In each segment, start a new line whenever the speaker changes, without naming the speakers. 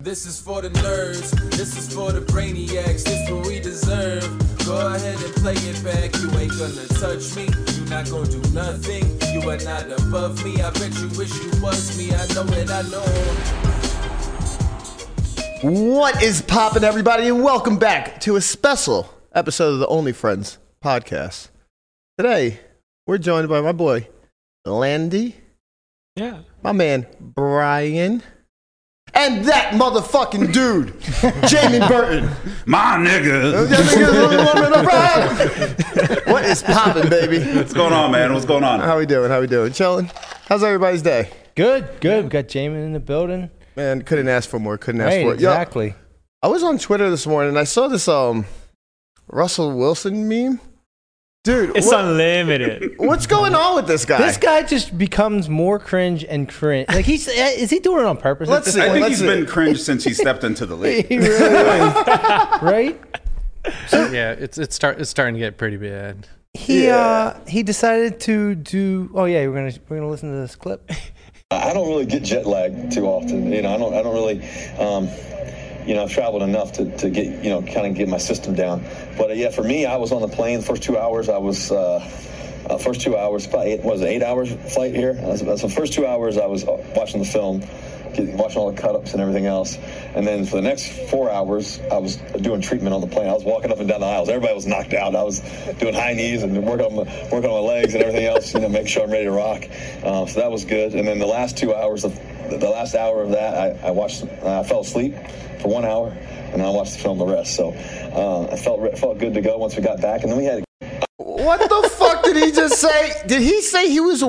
This is for the nerds. This is for the brainiacs. This what we deserve. Go ahead and play it back. You ain't gonna touch me. You not gonna do nothing. You are not above me. I bet you wish you was me. I know it. I know.
What is poppin', everybody, and welcome back to a special episode of the Only Friends podcast. Today, we're joined by my boy Landy,
Yeah.
my man Brian, and that motherfucking dude, Jamie Burton.
My nigga.
what is poppin', baby?
What's going on, man? What's going on?
How we doing? How we doing? Chillin'? How's everybody's day?
Good, good. We got Jamin in the building.
Man, couldn't ask for more. Couldn't ask
right,
for it. Yo,
exactly.
I was on Twitter this morning and I saw this um Russell Wilson meme. Dude,
It's
what-
unlimited.
What's going on with this guy?
This guy just becomes more cringe and cringe. Like he's eh, is he doing it on purpose? at
Let's
this
see.
I
point?
think
Let's
he's
see.
been cringe since he stepped into the league.
He really is. right?
yeah, it's it's start it's starting to get pretty bad.
He
Yeah.
uh he decided to do oh yeah, we're gonna we're gonna listen to this clip.
I don't really get jet lag too often. You know, I don't. I don't really. Um, you know, I've traveled enough to, to get you know kind of get my system down. But uh, yeah, for me, I was on the plane the first two hours. I was. Uh, uh, first two hours, probably eight, what was it eight hours flight here? That's, that's the first two hours I was uh, watching the film, getting, watching all the cut ups and everything else. And then for the next four hours, I was doing treatment on the plane. I was walking up and down the aisles. Everybody was knocked out. I was doing high knees and working on my, working on my legs and everything else, you know, make sure I'm ready to rock. Uh, so that was good. And then the last two hours of the last hour of that, I, I watched. I fell asleep for one hour, and I watched the film the rest. So uh, I felt re- felt good to go once we got back. And then we had
what the fuck did he just say? Did he say he was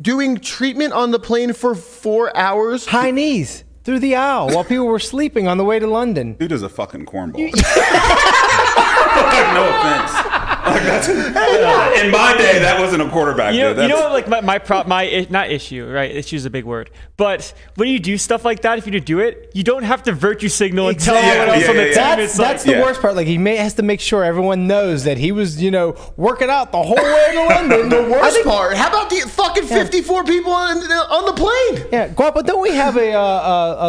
doing treatment on the plane for four hours?
High knees through the aisle while people were sleeping on the way to London.
Dude is a fucking cornball. Like, no offense. Like, that's- in my day, that wasn't a quarterback,
You know,
dude.
you
That's,
know what, like my, my prop, my i- not issue, right? Issue is a big word, but when you do stuff like that, if you do it, you don't have to virtue signal and tell
Exactly.
everyone else
Yeah,
on the
yeah,
team.
yeah.
That's
it's like,
that's the
Yeah.
worst part. Like he may, has to make sure everyone knows that he was, you know, working out the whole way to London.
The worst part. How about the fucking fifty-four people on the, on the plane?
Yeah, Guapo, don't we have a uh,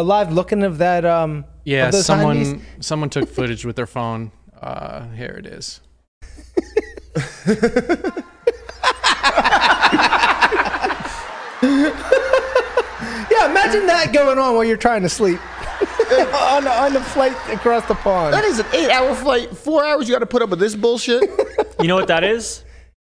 a, a live looking of that? Um,
Yeah,
of those
someone
Heimlichs?
someone took footage with their phone. Uh, here it is.
Yeah, imagine that going on while you're trying to sleep on the, on the flight across the
That
pond.
is an eight-hour flight. Four hours. You got to put up with this bullshit.
you know what that is?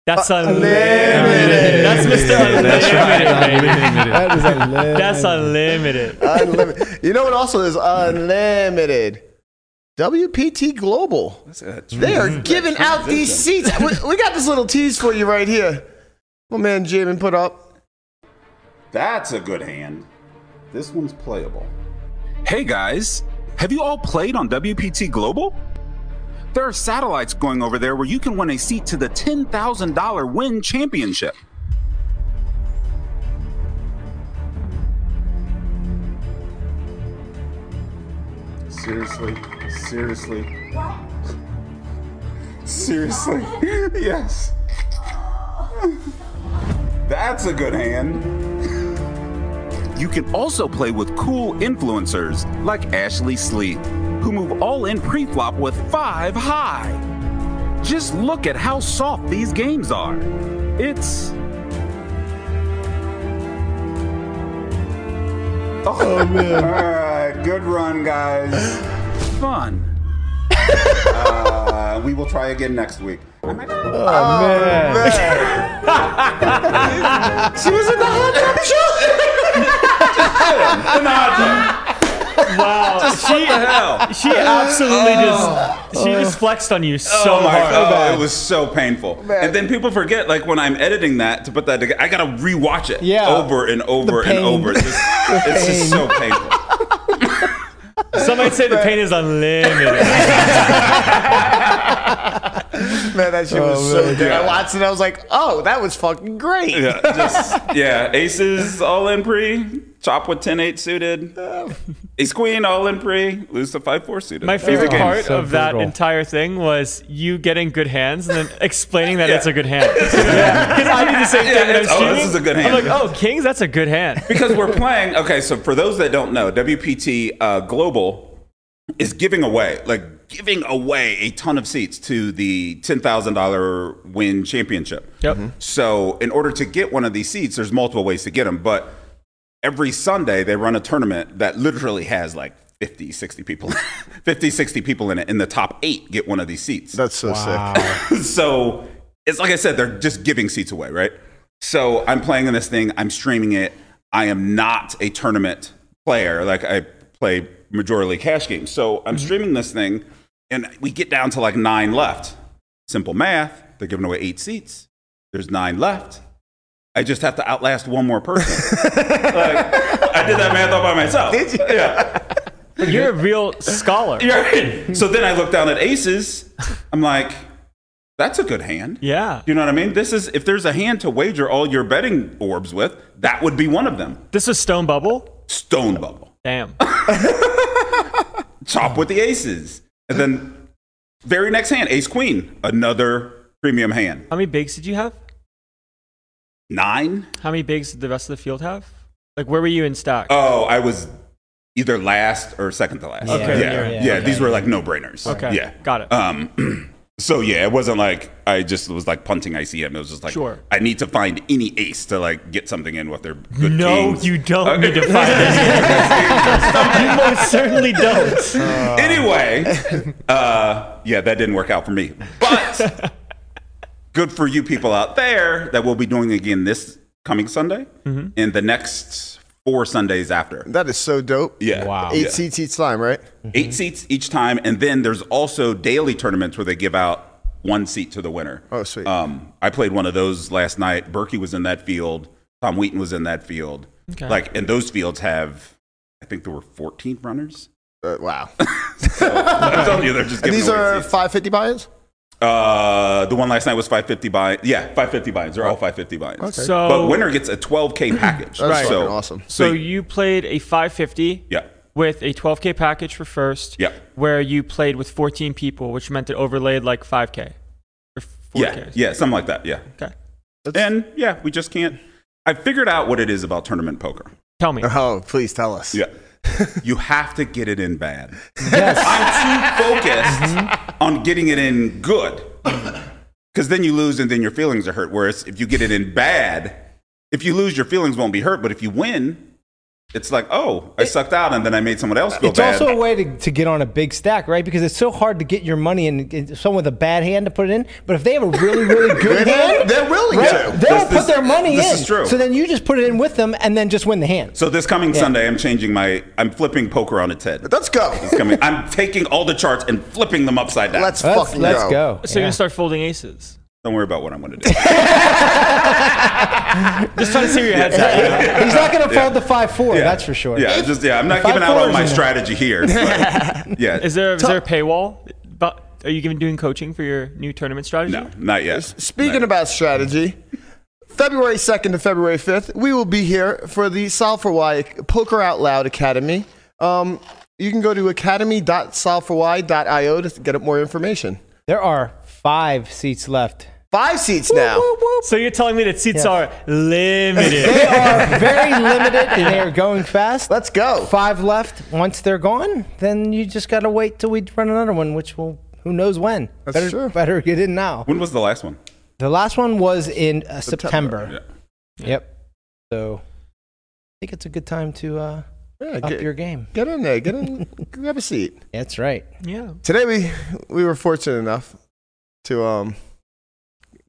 That's
Uh,
unlimited. That's Mr. Unlimited, baby.
That is a lit-
That's unlimited.
unlimited. You know what? Also, is unlimited. WPT Global.
that's a tr-
They are giving out these seats. We, we got this little tease for you right here. My man Jamin put up.
that's a good hand. This one's playable.
Hey guys,
Have you all played on WPT Global? There are satellites going over there where you can win a seat to the $10,000 win championship. Seriously, seriously. Seriously, yes. That's a good hand. You can also play with cool influencers like Ashley Slee, who move all in pre-flop with five high. Just look at how soft these games are. It's. Oh man! All right, good run, guys. Fun. uh, we will try again next week.
She was in the hot tub show.
Wow. she, she absolutely just, she just flexed on you so
oh my
hard.
god, it was so painful. And then people forget, like when I'm editing that to put that together, I gotta rewatch it
Yeah.
over and over and
pain.
over. It's just, it's just so painful.
Some might say the pain is unlimited.
Man, that shit was so good. I watched it. I was like, oh, that was fucking great.
Yeah, just yeah, aces all in pre. Chop with 10-8 suited. Ace Queen all in pre. Lose to 5-4 suited.
My favorite
game.
part
so
of that
brutal.
entire thing was you getting good hands and then explaining that it's a good hand. Because I do the same thing
Yeah,
when I'm
it's- oh,
shooting.
this is a good
I'm
hand.
like, oh, kings, that's a good hand.
because we're playing. Okay, so for those that don't know, WPT uh, Global is giving away, like giving away a ton of seats to the ten thousand dollar win championship.
Yep.
Mm-hmm.
So in order to get one of these seats, there's multiple ways to get them, but every Sunday they run a tournament that literally has like 50, 60 people, 50, 60 people in it, and the top eight get one of these seats
That's so sick.
so it's like I said, they're just giving seats away, right? So I'm playing in this thing, I'm streaming it. I am not a tournament player. Like I play majorly cash games. So I'm streaming this thing and we get down to like nine left. Simple math, they're giving away eight seats. There's nine left. I just have to outlast one more person. like, I did that math all by myself. Yeah.
But you're a real scholar.
You're right. So then I look down at aces. I'm like, that's a good hand.
Yeah.
You know what I mean? This is if there's a hand to wager all your betting orbs with, that would be one of them.
This is Stone Bubble.
Stone bubble,
Damn.
chop with the aces, and then very next hand, ace queen, another premium hand.
How many bigs did you have?
Nine.
How many bigs did the rest of the field have? Like, where were you in stock?
Oh, I was either last or second to last.
Okay,
Yeah.
yeah,
Yeah.
yeah,
These were like no brainers.
okay.
Yeah.
Got it.
Um, so yeah, it wasn't like I just was like punting ICM. It was just like
Sure.
I need to find any ace to like get something in with their good
no,
kings.
you don't
Okay.
need to find it. you most certainly don't.
Uh,
anyway, uh, yeah, that didn't work out for me. But good for you people out there that we'll be doing again this coming Sunday
Mm-hmm.
and the next four Sundays after.
That is so dope.
Yeah.
Wow.
Eight
Yeah.
seats each time, right?
Eight seats each time. And then there's also daily tournaments where they give out one seat to the winner.
Oh, sweet.
Um, I played one of those last night. Berkey was in that field. Tom Wheaton was in that field.
Okay.
Like, and those fields have, I think there were 14 runners.
Uh, wow.
I'm telling you, they're just
And
giving
these
away
are
seats.
550 buy-ins?
Uh, the one last night was 550 buy. Yeah, 550 buy-ins. They're all 550 buy-ins.
So,
but winner gets a 12k
That's
package.
Right.
fucking
So
awesome.
so you played a 550
yeah,
with a 12K package for first,
Yeah.
where you played with 14 people, which meant it overlaid like 5K or 4K.
yeah, yeah, something like that. Yeah,
Okay.
and yeah, we just can't. I figured out what it is about tournament poker.
Tell me.
Uh-huh.
Oh, please tell us.
Yeah, you have to get it in bad. I'm too focused
Mm-hmm.
on getting it in good, because then you lose and then your feelings are hurt. Whereas if you get it in bad, if you lose, your feelings won't be hurt. But if you win. It's like, oh, I sucked out, and then I made someone else feel
It's
bad.
also a way to, to get on a big stack, right? Because it's so hard to get your money in in someone with a bad hand to put it in. But if they have a really, really good
Good
hand,
hand? They're willing
right?
to.
They'll
This-
put
this-
their money
this
in.
is true.
So then you just put it in with them and then just win the hand.
So this coming
Yeah.
Sunday, I'm changing my. I'm flipping poker on its head.
Let's go.
It's coming. I'm taking all the charts and flipping them upside down.
Let's
Let's,
fucking
let's
go.
go.
So you're
Yeah.
gonna start folding aces.
Don't worry about what I'm going to do.
Just trying to see where your head's at.
He's not going to fold the 5 4, that's for sure.
Yeah, just yeah. I'm not
If I
giving out all my
forge-
strategy here. but- yeah.
Is there is there a paywall? But are you giving doing coaching for your new tournament strategy?
no? Not yet.
Speaking about strategy, February 2nd to February 5th, we will be here for the Solforwai Poker Out Loud Academy. Um, you can go to academy.solforwai.io to get more information.
There are five seats left.
Five seats now.
So you're telling me that seats
Yeah.
are limited.
They are very limited and they are going fast.
Let's go.
Five left. Once they're gone, then you just got to wait till we run another one, which will. Who knows when?
That's
better,
true.
better get in now.
When was the last one?
The last one was in uh, September.
Yeah.
Yep. So I think it's a good time to uh,
Yeah,
up your
get,
game.
get in there. Get in. grab a seat.
That's right.
yeah.
Today we we were fortunate enough to um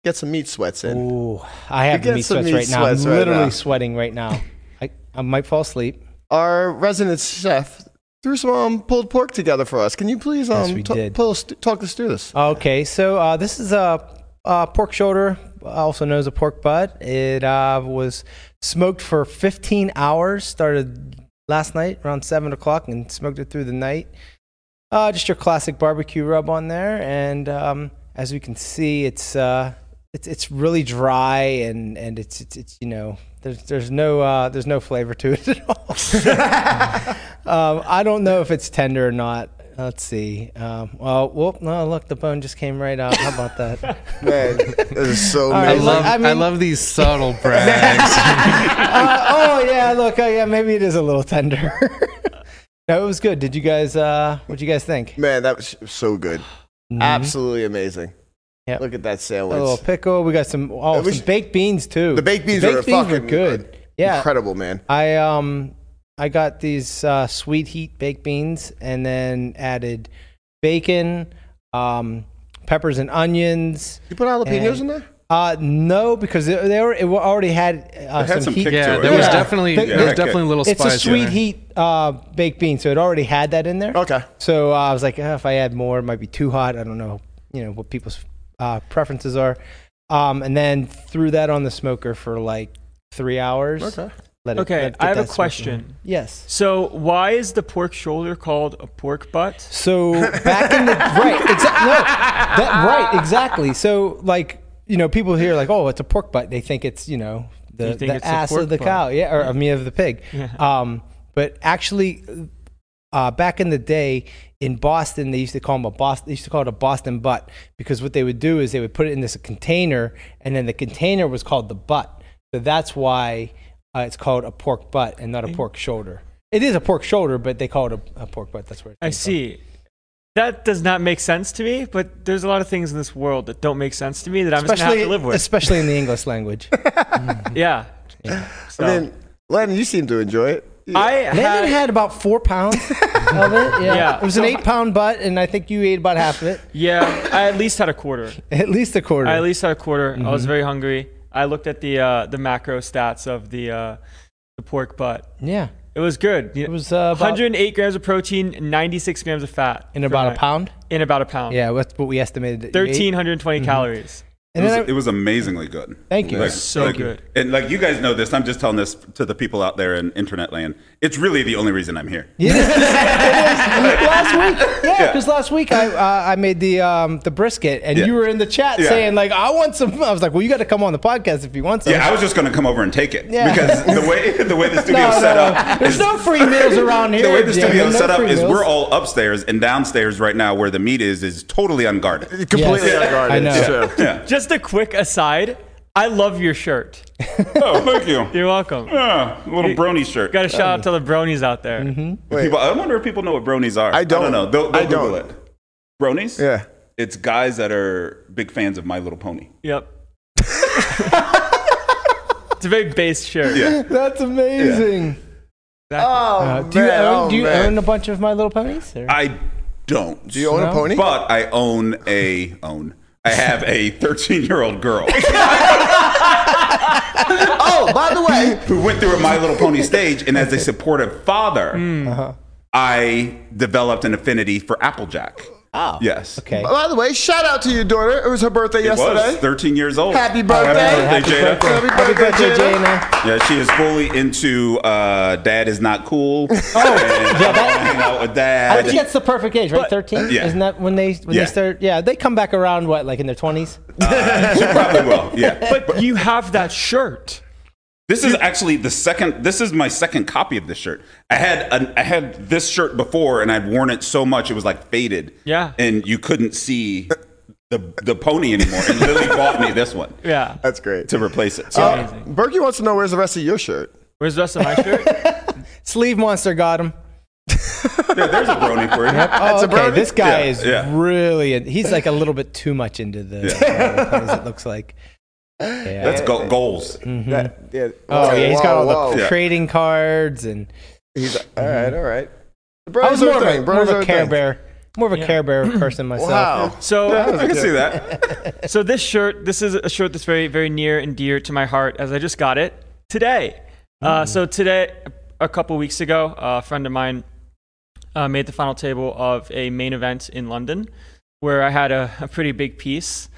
get some meat sweats in.
Ooh, I have
get
meat
some
sweats
meat
right now.
sweats
I'm
right
literally
now.
sweating right now. I, I might fall asleep.
Our resident chef threw some um, pulled pork together for us. Can you please um
Yes, we
ta-
did.
pull us- talk us through this?
Okay, so uh, this is a, uh pork shoulder, also known as a pork butt. It uh, was smoked for 15 hours. Started last night around seven o'clock and smoked it through the night. Uh, just your classic barbecue rub on there, and um, as we can see, it's uh, it's it's really dry and and it's it's, it's you know There's there's no uh, there's no flavor to it at all. um, I don't know if it's tender or not. Let's see. Um, well, whoop! No, look, the bone just came right out. How about that?
Man, this is so
right,
I
amazing.
love,
I
I,
mean-
love these subtle brags.
Uh, oh yeah, look, oh, yeah, maybe it is a little tender. no, it was good. Did you guys? Uh, what do you guys think?
Man, that was so good. Absolutely amazing.
Mm-hmm. Yep.
Look at that
A little
sandwich.
pickle. We got some oh,
we
some
should-
baked beans too.
The baked beans,
baked
are
beans
fucking
were good. Yeah,
incredible, man.
I um I got these uh, sweet heat baked beans and then added bacon, um, peppers and onions.
You put jalapenos
And-
in there?
Uh, no, because they, they were, it wa- already had, uh,
It had some
heat.
kick
yeah,
to it.
there was
Yeah.
definitely
Yeah,
there was
okay.
definitely a little
It's a
spice. in
sweet
there.
heat uh, baked bean, so it already had that in there.
Okay.
So uh, I was like, "Ah, if I add more, it might be too hot. I don't know, you know, what people's uh, preferences are. Um, and then threw that on the smoker for like three hours.
Okay.
Let it- let
Okay,
it get
I have
that
a
smoking.
question.
Yes.
So why is the pork shoulder called a pork butt?
So back in the right, exa- no, that, right, exactly. So like you know, people hear like, oh, it's a pork butt. They think it's you know the,
You think
the
it's a
ass
pork
of the
butt.
cow, yeah, or I mean of the pig.
Yeah.
Um, but actually, uh, back in the day in Boston, they used to call them a Boston. They used to call it a Boston butt because what they would do is they would put it in this container, and then the container was called the butt. So that's why uh, it's called a pork butt and not a pork shoulder. It is a pork shoulder, but they call it a, a pork butt. That's where it
I
came from.
see. That does not make sense to me, but there's a lot of things in this world that don't make sense to me that I'm just gonna have to live with.
especially in the English language.
Yeah. So,
I mean, Len, you seem to enjoy it.
I
Landon
had,
had about four pounds of it. Yeah.
Yeah.
It was an eight pound butt, and I think you ate about half of it.
yeah, I at least had a quarter.
At least a quarter. Mm-hmm.
I at least had a quarter. I was very hungry. I looked at the uh, the macro stats of the uh, the pork butt.
yeah.
It was good. It
was, uh, about-
108 grams of protein, 96 grams of fat.
In
for
about
my-
a pound.
In about a pound.
Yeah, Mm-hmm. that's what we estimated. That you ate.
1320 calories.
And
it, was,
then I-
it was amazingly good.
Thank you.
Like-
So
like-
good.
And like you guys know this, I'm just telling this to the people out there in internet land. It's really the only reason I'm here.
Yeah. It is. last week, yeah,
Yeah.
because last week I uh, I made the um, the brisket, and
Yeah.
you were in the chat
Yeah.
saying like I want some. I was like, well, you got to come on the podcast if you want some.
Yeah, I was just going to come over and take it
Yeah.
because the way the way the
No,
studio's
no,
set
no.
up.
There's
is-
no free meals around
The way
here,
the
Jim.
studio's
No
set up
free
is
meals.
we're all upstairs and downstairs right now where the meat is is totally unguarded.
Completely
Yes.
unguarded.
I know.
so-
Yeah.
Just a quick aside. I love your shirt.
Oh, thank you.
You're welcome.
Yeah, little brony shirt.
Got to shout out to the bronies out there.
People, I wonder if people know what bronies are.
I don't.
know. They'll, they'll
I don't.
Google it. Bronies?
Yeah.
It's guys that are big fans of My Little Pony.
Yep. it's a very base shirt.
Yeah.
That's amazing.
Oh,
Uh, do you,
man,
own,
oh,
do you
man.
own a bunch of My Little Ponies? or-
I don't.
Do you own
No.
a pony?
But I own a own. I have a 13 year old girl
Oh, by the way,
who went through a My Little Pony stage, and as a supportive father,
Hmm. Uh-huh.
I developed an affinity for Applejack. Oh, yes.
okay.
by the way, shout out to your daughter. It was her birthday
It was
yesterday.
13 years old.
Happy birthday.
Happy birthday, Jada.
Happy birthday, Jada.
Jana.
Yeah, she is fully into uh, Dad is not cool. Oh, yeah,
that-
hang out with
I
Dad.
think that's the perfect age, right? Thirteen.
Yeah.
Isn't that when they when
Yeah.
they start? Yeah, they come back around what like in their twenties.
she probably will. Yeah,
But you have that shirt.
This is actually the second. This is my second copy of this shirt. I had an, I had this shirt before, and I'd worn it so much it was like faded.
Yeah.
and you couldn't see the the pony anymore. And Lily bought me this one
Yeah.
That's great.
to replace it. So
Uh, Berkey wants to know where's the rest of your shirt.
Where's the rest of my shirt?
Sleeve monster got him.
there- there's a brony for you.
Oh,
a
okay.
brownie?
This guy
Yeah,
is
yeah.
really. He's like a little bit too much into the. My Little Ponies, it looks like. Yeah.
That's go- goals.
Mm-hmm.
That- yeah.
Mm-hmm. Oh
Whoa,
yeah, he's got all
whoa,
the
whoa.
Yeah.
trading cards and.
He's all right, all right. The
I
bronies
was
are
more of
thing,
a, more of
bronies are
a Care
thing.
Bear, more of a Care Bear person myself.
Wow.
So,
I can see that.
so this shirt, this is a shirt that's very, very near and dear to my heart, as I just got it today. Uh, so today, a couple weeks ago, a friend of mine uh, made the final table of a main event in London, where I had a, a pretty big piece.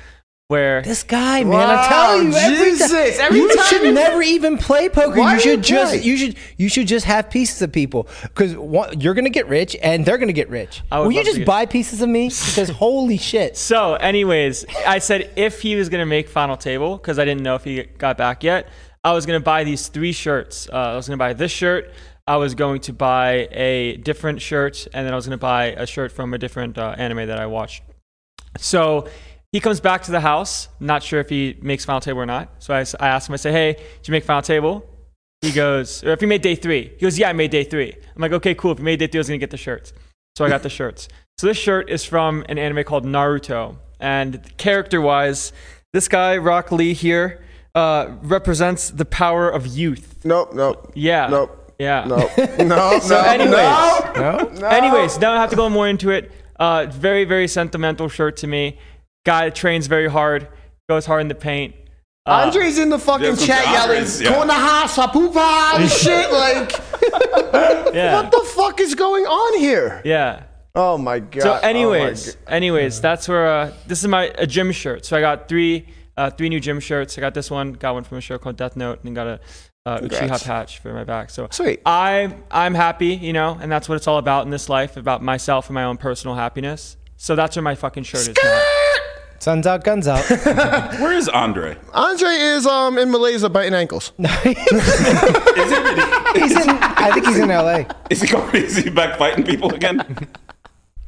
Where
This guy, man,
Wow,
I'm telling you, every ti-
Jesus, every
you
time
should
you-
never even play poker.
Why
you
do
should
you
just
play?
you should you should just have pieces of people because you're gonna get rich and they're gonna get rich.
I would
Will you
love to
just
get-
buy pieces of me? Because holy shit,
So, anyways, I said if he was gonna make final table because I didn't know if he got back yet. I was going to buy these three shirts. Uh, I was going to buy this shirt. I was going to buy a different shirt, and then I was going to buy a shirt from a different uh, anime that I watched. So he comes back to the house, not sure if he makes final table or not. So I, s- I asked him, I say, hey, did you make final table? He goes, or if you made day three. He goes, yeah, I made day three. I'm like, okay, cool. If you made day three, I was going to get the shirts. So I got the shirts. So this shirt is from an anime called Naruto. And character wise, this guy, Rock Lee here, uh, represents the power of youth.
Nope, nope.
Yeah.
Nope.
Yeah.
Nope. No, no,
anyways-
no.
No?
Anyways, now I have to go more into it. Uh, very, very sentimental shirt to me. Guy trains very hard, goes hard in the paint.
Uh, Andre's in the fucking
Yeah,
chat yelling,
Andre's, yeah.
"Konoha sapupa" and shit. Like,
Yeah.
what the fuck is going on here?
yeah.
Oh my god.
So,
Oh my
anyways,
g-
anyways, that's where uh, this is my a gym shirt. So I got three, uh, three new gym shirts. I got this one, got one from a show called Death Note, and got a uh, Uchiha patch for my back. So
Sweet.
I I'm happy, you know, and that's what it's all about in this life, about myself and my own personal happiness. So that's where my fucking shirt is. now.
Sun's out, guns out.
Where is Andre?
Andre is um in Malaysia biting ankles.
Is he,
he's in, I think he's in LA.
is he going? Is he back fighting people again?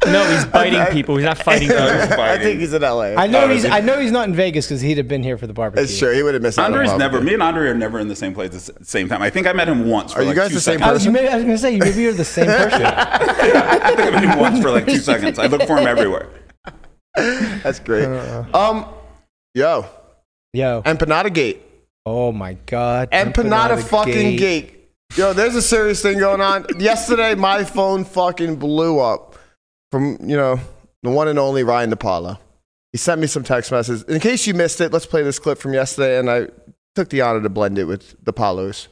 No, he's biting people. He's not fighting. people.
I think he's in LA.
I know
Oh,
he's.
is he?
I know he's not in Vegas because he'd have been here for the barbecue.
It's true. He would have missed. out on
Andre's
Bob.
never. Me and Andre are never in the same place at the s- same time. I think I met him once. For
Are you
like
guys
two
the same
I
seconds.
was, maybe, I was gonna say maybe you're the same person.
I think I met him once for like two seconds. I look for him everywhere.
That's great. Um, yo,
Yo.
empanada gate.
Oh my god.
Empanada fucking
gate.
gate. Yo, there's a serious thing going on. Yesterday, my phone fucking blew up from you know the one and only Ryan DePaula. He sent me some text messages. In case you missed it, let's play this clip from yesterday, and I took the honor to blend it with the Palos.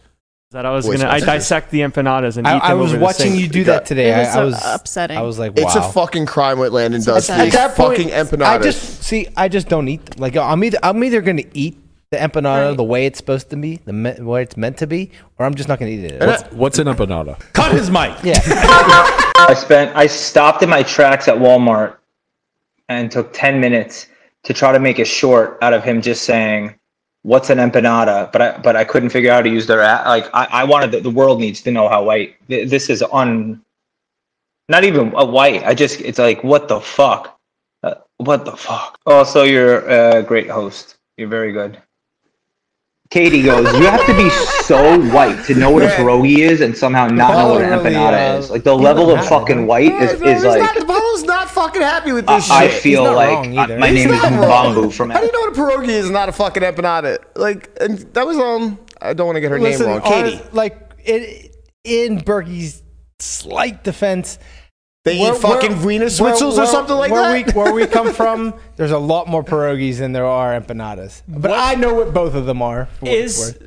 That I was
Voice
gonna. I
messages.
dissect the empanadas and eat
I,
them
I was
over the
watching
sink.
you do
It
that
was
today. I, I
so
was
upsetting.
I was like, wow.
It's a fucking crime what Landon does.
upsetting.
At that fucking empanadas.
I just see. I just don't eat. Them. Like I'm either I'm either gonna eat the empanada
Right.
the way it's supposed to be, the me, way it's meant to be, or I'm just not gonna eat it.
And
At
I-
What's an empanada?
Cut his mic.
all. Yeah.
I spent I stopped in my tracks at Walmart and took 10 minutes to try to make a short out of him just saying what's an empanada but I but I couldn't figure out how to use their app like I, I wanted the, the world needs to know how white th- this is un not even a white I just it's like what the fuck uh, what the fuck also you're a great host you're very good Katie goes you have to be so white to know what a pierogi is and somehow not know what an
Probably,
empanada
uh,
is like the
you
level
would
of
have it,
fucking
right?
white is,
Yeah,
is
bro, he's
like
not, Paolo's not fucking happy with this
I
shit.
feel
not
like
wrong
I-
either.
my
He's
name is
not wrong.
Mbambu from
How do you know what a pierogi is not a fucking empanada? Like, and that was um, I don't want to get her
Listen,
name wrong.
ours-
Katie.
like it, in Berkey's slight defense,
They
Where-
eat fucking
where-
Wiener
where-
Schnitzels or
where-
something like
where
that.
We, where we come from, there's a lot more pierogies than there are empanadas. But I know what both of them are. for what it's
Is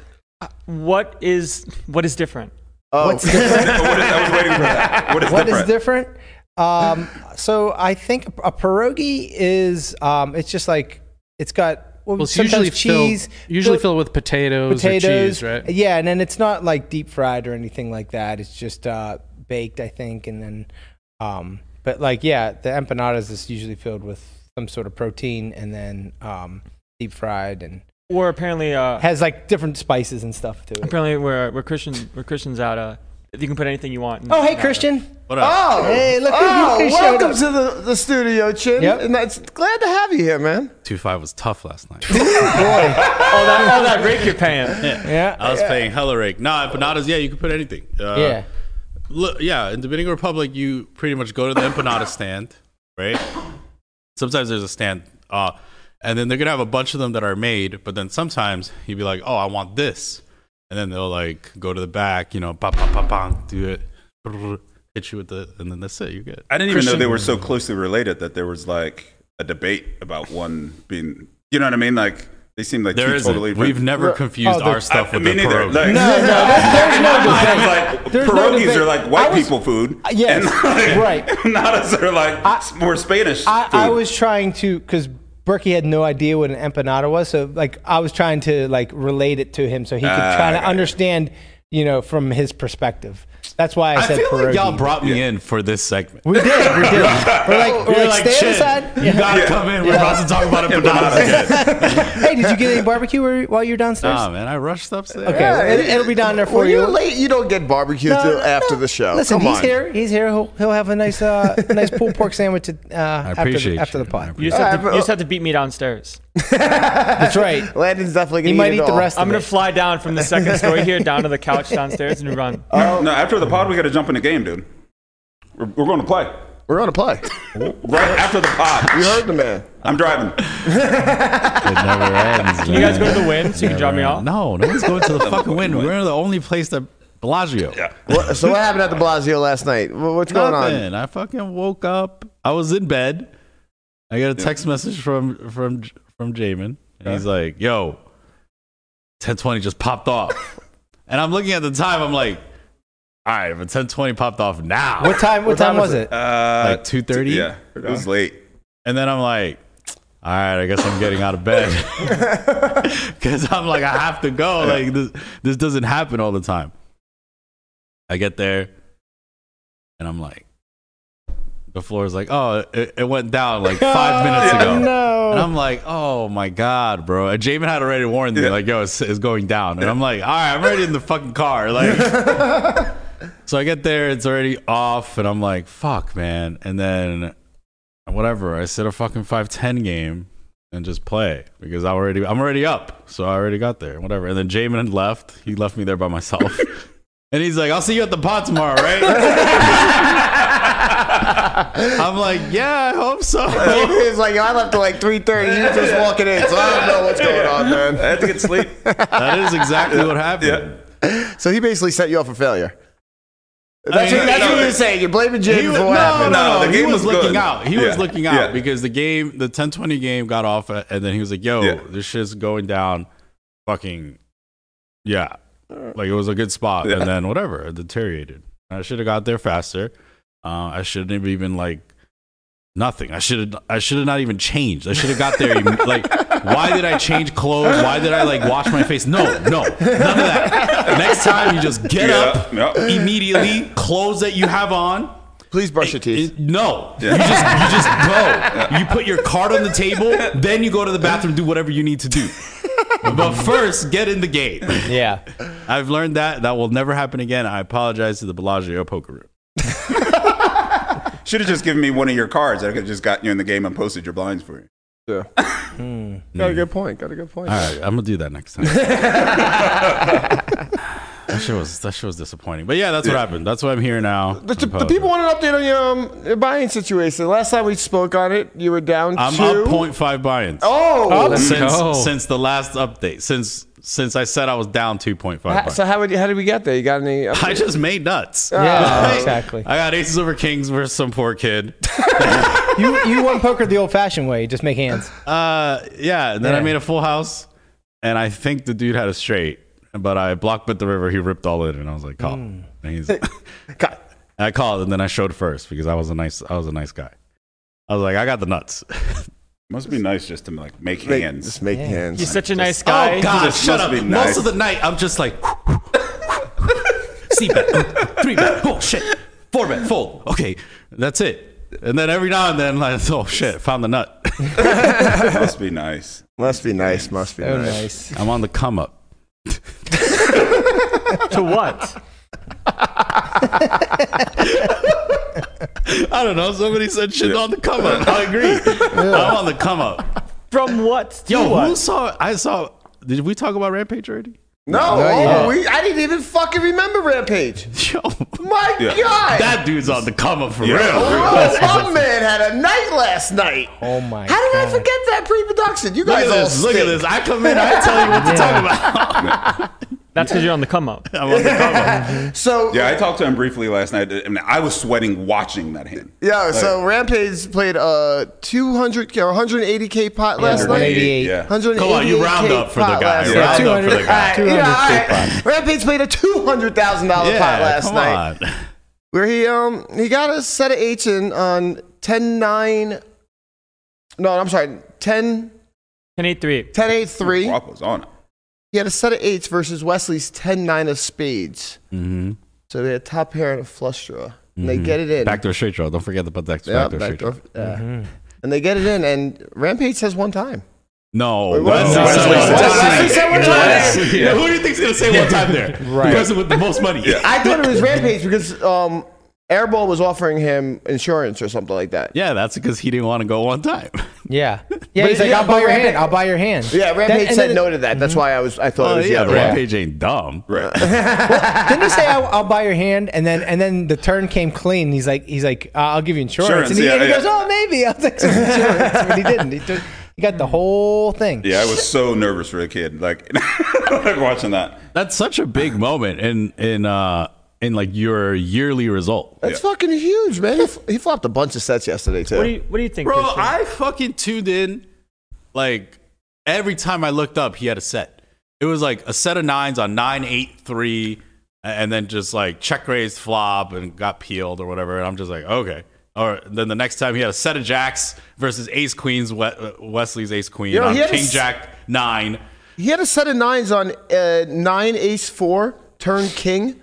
uh,
worth.
what is what is different?
oh,
What is, I was waiting for that. What is
what
different?
is different? Um, so I think a a pierogi is um, it's just like it's got well,
Well, it's
sometimes
usually
cheese,
filled, usually
fill-
filled with potatoes, or cheese, right?
Yeah, and then it's not like deep fried or anything like that. It's just uh, baked, I think, and then. Um, but like, yeah, the empanadas is usually filled with some sort of protein and then um, deep fried and
Or apparently, uh,
has like different spices and stuff to it.
apparently we're we're Christian we're Christians out. Uh, you can put anything you want. in
Oh, hey,
empanada.
Christian.
What up?
oh,
Hey, look who-
oh,
look who showed
welcome
up.
to the, the studio, Chin.
Yep.
And that's glad to have you here, man.
Two five was tough last night.
Oh, that, oh, that rake you're paying.
Yeah.
I was paying hella rake. No, empanadas. Yeah, you can put anything. Uh,
yeah.
Look, yeah. In Dominican Republic, you pretty much go to the empanada stand, right? Sometimes there's a stand, uh, and then they're gonna have a bunch of them that are made. But then sometimes you'd be like, "Oh, I want this," and then they'll like go to the back, you know, pop, pop, pop, pop, do it, brrr, hit you with the, and then that's it. You get.
I didn't even know
Christian-
they were so closely related that there was like a debate about one being. You know what I mean? Like they seem like
There
two
isn't.
totally.
We've never confused
oh, the-
our stuff
I,
with
me
the
neither.
pierogi.
Like,
No, no, there's, there's no debate.
I was like,
There's no
pierogies
debate.
are like white
I was- Uh,
people food.
yes,
like,
right.
Empanadas are like s- more Spanish food.
I, I was trying to because Berkey had no idea what an empanada was, so like I was trying to like relate it to him so he could
Ah,
try to
okay.
understand, you know, from his perspective. That's why I
I
said
feel like
pierogi.
y'all brought me in for this segment.
we did. We did. We're like, we're
You're
like, stay
like,
on the
shit,
side.
you gotta come in. We're about to talk about empanadas again.
Hey, did you get any barbecue where- while you're downstairs?
Nah, man, I rushed upstairs.
okay, it, it'll be down there for
When
you.
you're late, you don't get barbecue
No,
till
no,
after
no.
the show.
Listen,
Come
he's
on.
here. He's here. He'll, he'll have a nice, uh, nice pulled pork sandwich uh, after,
appreciate
the, after
you.
the
I
pod.
You just,
Yeah,
have to,
but-
you just have to beat me downstairs.
That's right.
Landon's definitely gonna
He might
it
eat the
all.
rest.
I'm
of
gonna
it.
fly down from the second story here down to the couch downstairs and run.
Oh.
No, after the pod, we got to jump in the game, dude. We're, we're going to play
We're gonna play.
Oh.
right after the
You
pod.
heard the man.
I'm driving.
It never ends.
You guys go to the wind so you can drop me off.
No, no one's going to the fucking win. We're the only place that Bellagio.
Yeah.
What, so what happened at the Blasio last night? Wha- What's going on?
Nothing. I fucking woke up. I was in bed. I got a text message from from from Jamin, and he's like, "Yo, 1020 just popped off." and I'm looking at the time. I'm like, "All right, if a 1020 popped off now,
What time? What, time, was it?
Uh,
like 2:30."
Yeah, it was late.
And then I'm like, all right, I guess I'm getting out of bed. Because I'm like, I have to go. Like, this, this doesn't happen all the time. I get there and I'm like, the floor is like, oh, it, it went down like five minutes ago.
no.
And I'm like, oh my God, bro. And Jamin had already warned me,
Yeah.
like, yo, it's, it's going down. And I'm like, all right, I'm already in the fucking car. Like, so I get there, it's already off. And I'm like, fuck, man. And then whatever. I sit a fucking five ten game and just play because I already I'm already up, so I already got there. Whatever. And then Jamin left. He left me there by myself. and he's like, "I'll see you at the pot tomorrow, right?" I'm like, "Yeah, I hope so."
It's like yo, I left at like three thirty. You just walking in, so I don't know what's going on,
I
man.
had to get sleep.
that is exactly what happened.
Yeah.
So he basically set you up for failure. That's,
I mean,
what, that's
no,
what
it-
you're saying. You're blaming
He
James
was,
for
no,
what
no,
happened.
no,
No, the
He
game
was,
was
looking
good.
out. He was
Yeah,
looking out
yeah.
because the game, the 1020 game got off, uh, and then he was like, yo,
Yeah.
this shit's going down. Fucking, yeah. Like, it was a good spot.
Yeah.
And then whatever, it deteriorated. I should have got there faster. Uh, I shouldn't have even, like, nothing. I should have, I should have not even changed. I should have got there. even- like, why did I change clothes? Why did I, like, wash my face? No, no, none of that. Next time, you just get
Yeah,
up
yeah.
immediately, clothes that you have on.
Please brush your teeth.
It- no, you just you just go. You put your card on the table, then you go to the bathroom, do whatever you need to do. But first, get in the game.
yeah.
I've learned that that will never happen again. I apologize to the Bellagio poker room.
Should have just given me one of your cards. I could have just got you in the game and posted your blinds for you.
Yeah. Got a good point. Got a good point.
All right, I'm gonna do that next time. that shit was that shit was disappointing. But yeah, that's what happened. That's why I'm here now.
The, the- the people want an update on your, um, your buying situation. Last time we spoke on it, you were down
I'm
two.
up 0.5 buy-ins
Oh,
since
no.
since the last update. Since since I said I was down
Ha-
2.5. buy-ins.
so how would you, how did we get there? You got any?
I
update?
just made nuts.
Yeah,
Like,
exactly.
"Oh, I got aces over kings versus some poor kid.
You you won poker the old fashioned way. Just make hands.
Uh, yeah, and then I
Yeah.
made a full house, and I think the dude had a straight, but I blocked but the river. He ripped all in, and I was like, call. And he's, and
God.
I called, and then I showed first because I was a nice, I was a nice guy. I was like, I got the nuts.
Must be nice just to like make
Make-
hands.
Just make
Yeah.
hands.
He's such a nice guy.
oh God,
just
shut
must
up!
be
Most
nice.
of the night, I'm just like, see bet, three bet, oh shit, four bet, fold. Okay, that's it. And then every now and then, like, oh shit, found the nut.
must be nice.
Must be nice. Must be
So
nice.
Oh, nice.
I'm on the come up.
To what?
I don't know. Somebody said shit on the come up. I agree. I'm on the come up.
From what? To
Yo,
what?
who saw? I saw. Did we talk about Rampage already?
No,
yeah.
oh, we, I didn't even fucking remember Rampage.
Yo,
My
Yeah.
God.
that dude's on the come up for real.
Oh, my man had a night last night.
Oh
How
my.
did I
God.
forget that pre-production? You
Look
guys
at
all
this. Look at
stink.
this. I come in. I tell you what to talk about.
That's because you're on the come up.
I'm on the come up.
So
Yeah, I talked to him briefly last night, and I was sweating watching that hand.
yeah, so Rampage played uh, a 200 or 180k pot last night.
188.
Yeah.
188
Come on, you round up for the
pot
guy.
last
Round
night.
up for the guy.
All right, yeah,
200K
all right. Rampage played a two hundred thousand dollar pot
Yeah,
last
come
night,
on.
where he um he got a set of eights in on 10-9. No, I'm sorry, 10
Ten eight three.
10 8 3.
Guapo's on it.
He had a set of eights versus Wesley's 10 9 of spades. So they had top hair and a flush draw. And they
Mhm.
get it in.
Backdoor straight draw. Don't forget about that
Yeah,
backdoor straight
backdoor-
draw.
yeah.
Mm-hmm.
And they get it in, and Rampage says one time.
No.
Wait, what? Wesley
no. no,
said- Wesley said one time.
Wesley, yeah. Who do you think's gonna say one time there?
Right.
The person with the most money. Yeah.
I thought it was Rampage because um, Airball was offering him insurance or something like that.
Yeah, that's because he didn't want to go one time.
Yeah. Yeah,
But
he's like,
yeah,
I'll buy
but
your
Rampage-
hand. I'll buy your hand.
Yeah, Rampage
and
said
then-
no to that. That's why I was. I thought it
Oh
was the
yeah,
other way.
Rampage ain't dumb.
Right.
Didn't he say I'll, I'll buy your hand? And then and then the turn came clean. He's like he's like uh, I'll give you insurance.
Insurance,
and he,
yeah,
and he
yeah.
goes, oh maybe I'll take some insurance. but he didn't. He, took, he got the whole thing.
Yeah, I was so nervous for the kid, like, like watching that.
That's such a big moment in in uh in like your yearly result.
That's fucking huge, man. He, f- he flopped a bunch of sets yesterday too.
What do you What do you think,
Bro,
Christian?
I fucking tuned in like every time I looked up, he had a set. It was like a set of nines on nine, eight, three, and then just like check raised flop and got peeled or whatever. And I'm just like, okay. Or then the next time he had a set of jacks versus ace queens, We- uh, Wesley's ace queen
Yo,
on
he had a
king
s-
jack nine.
He had a set of nines on uh, nine ace four turn king.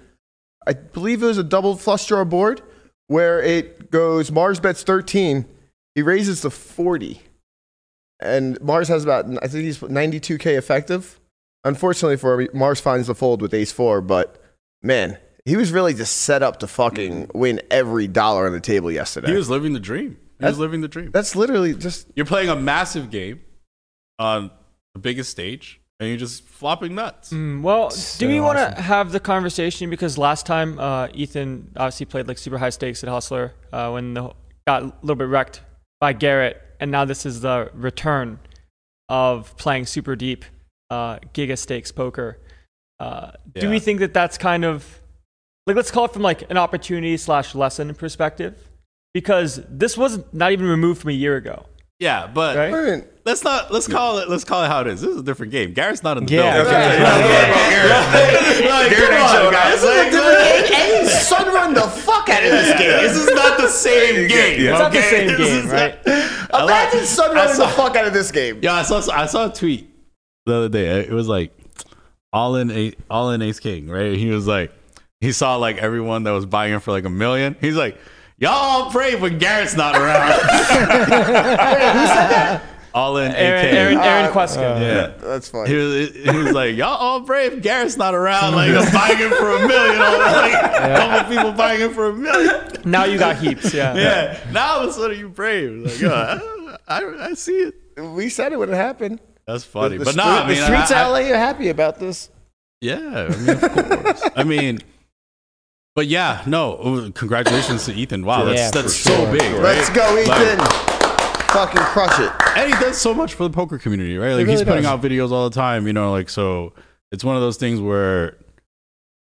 I believe it was a double flush draw board where it goes Mars bets thirteen. He raises to forty, and Mars has about I think he's ninety two k effective. Unfortunately for him, Mars finds the fold with ace four, but man, he was really just set up to fucking win every dollar on the table yesterday.
He was living the dream. He
That's-
was living the dream.
That's literally just
You're playing a massive game on the biggest stage, and you're just flopping nuts.
Mm, well,
So
do we want
awesome.
to have the conversation because last time uh, Ethan obviously played like super high stakes at Hustler uh, when the got a little bit wrecked by Garrett, and now this is the return of playing super deep uh, giga stakes poker. Uh, Do we
Yeah.
think that that's kind of like let's call it from like an opportunity slash lesson perspective because this was not even removed from a year ago,
Yeah, but
right?
let's not let's call it let's call it how it is. This is a different game. Garrett's not in the
Yeah.
building.
Okay.
Like,
Garrett
come
ain't
on,
showing up.
guys.
This
Like,
and he sun run the fuck out of this game.
this is not the same game.
It's
not the
okay?
same
This
game,
is
right?
not-
Imagine sun
I
running the
saw-
fuck out of this game.
Yeah, I saw I saw a tweet the other day. It was like all in a all in ace king, right? He was like he saw like everyone that was buying him for like a million. He's like, Y'all pray when Garrett's not around. All in
Aaron,
AK.
Aaron, Aaron
Uh,
Queskin.
yeah.
That's
He
funny.
was, he was like, y'all all brave. Garrett's not around. Like, I'm buying him for a million. I was like, a couple people buying him for a million.
now you got heaps, yeah.
Yeah. Now all of a sudden you brave. Like, oh, I, I see it.
We said it when it happened.
That's funny.
The
but
stre-
nah, I mean,
the streets
I- I-
of LA are happy about this.
Yeah, I mean, of course. I mean, but yeah, no. ooh, Congratulations to Ethan. Wow,
Yeah,
that's
for
that's so big. Right?
Let's go,
Like,
Ethan. Fucking crush it.
and he does so much for the poker community, right? Like he's
really
putting
does.
out videos all the time, you know, like so it's one of those things where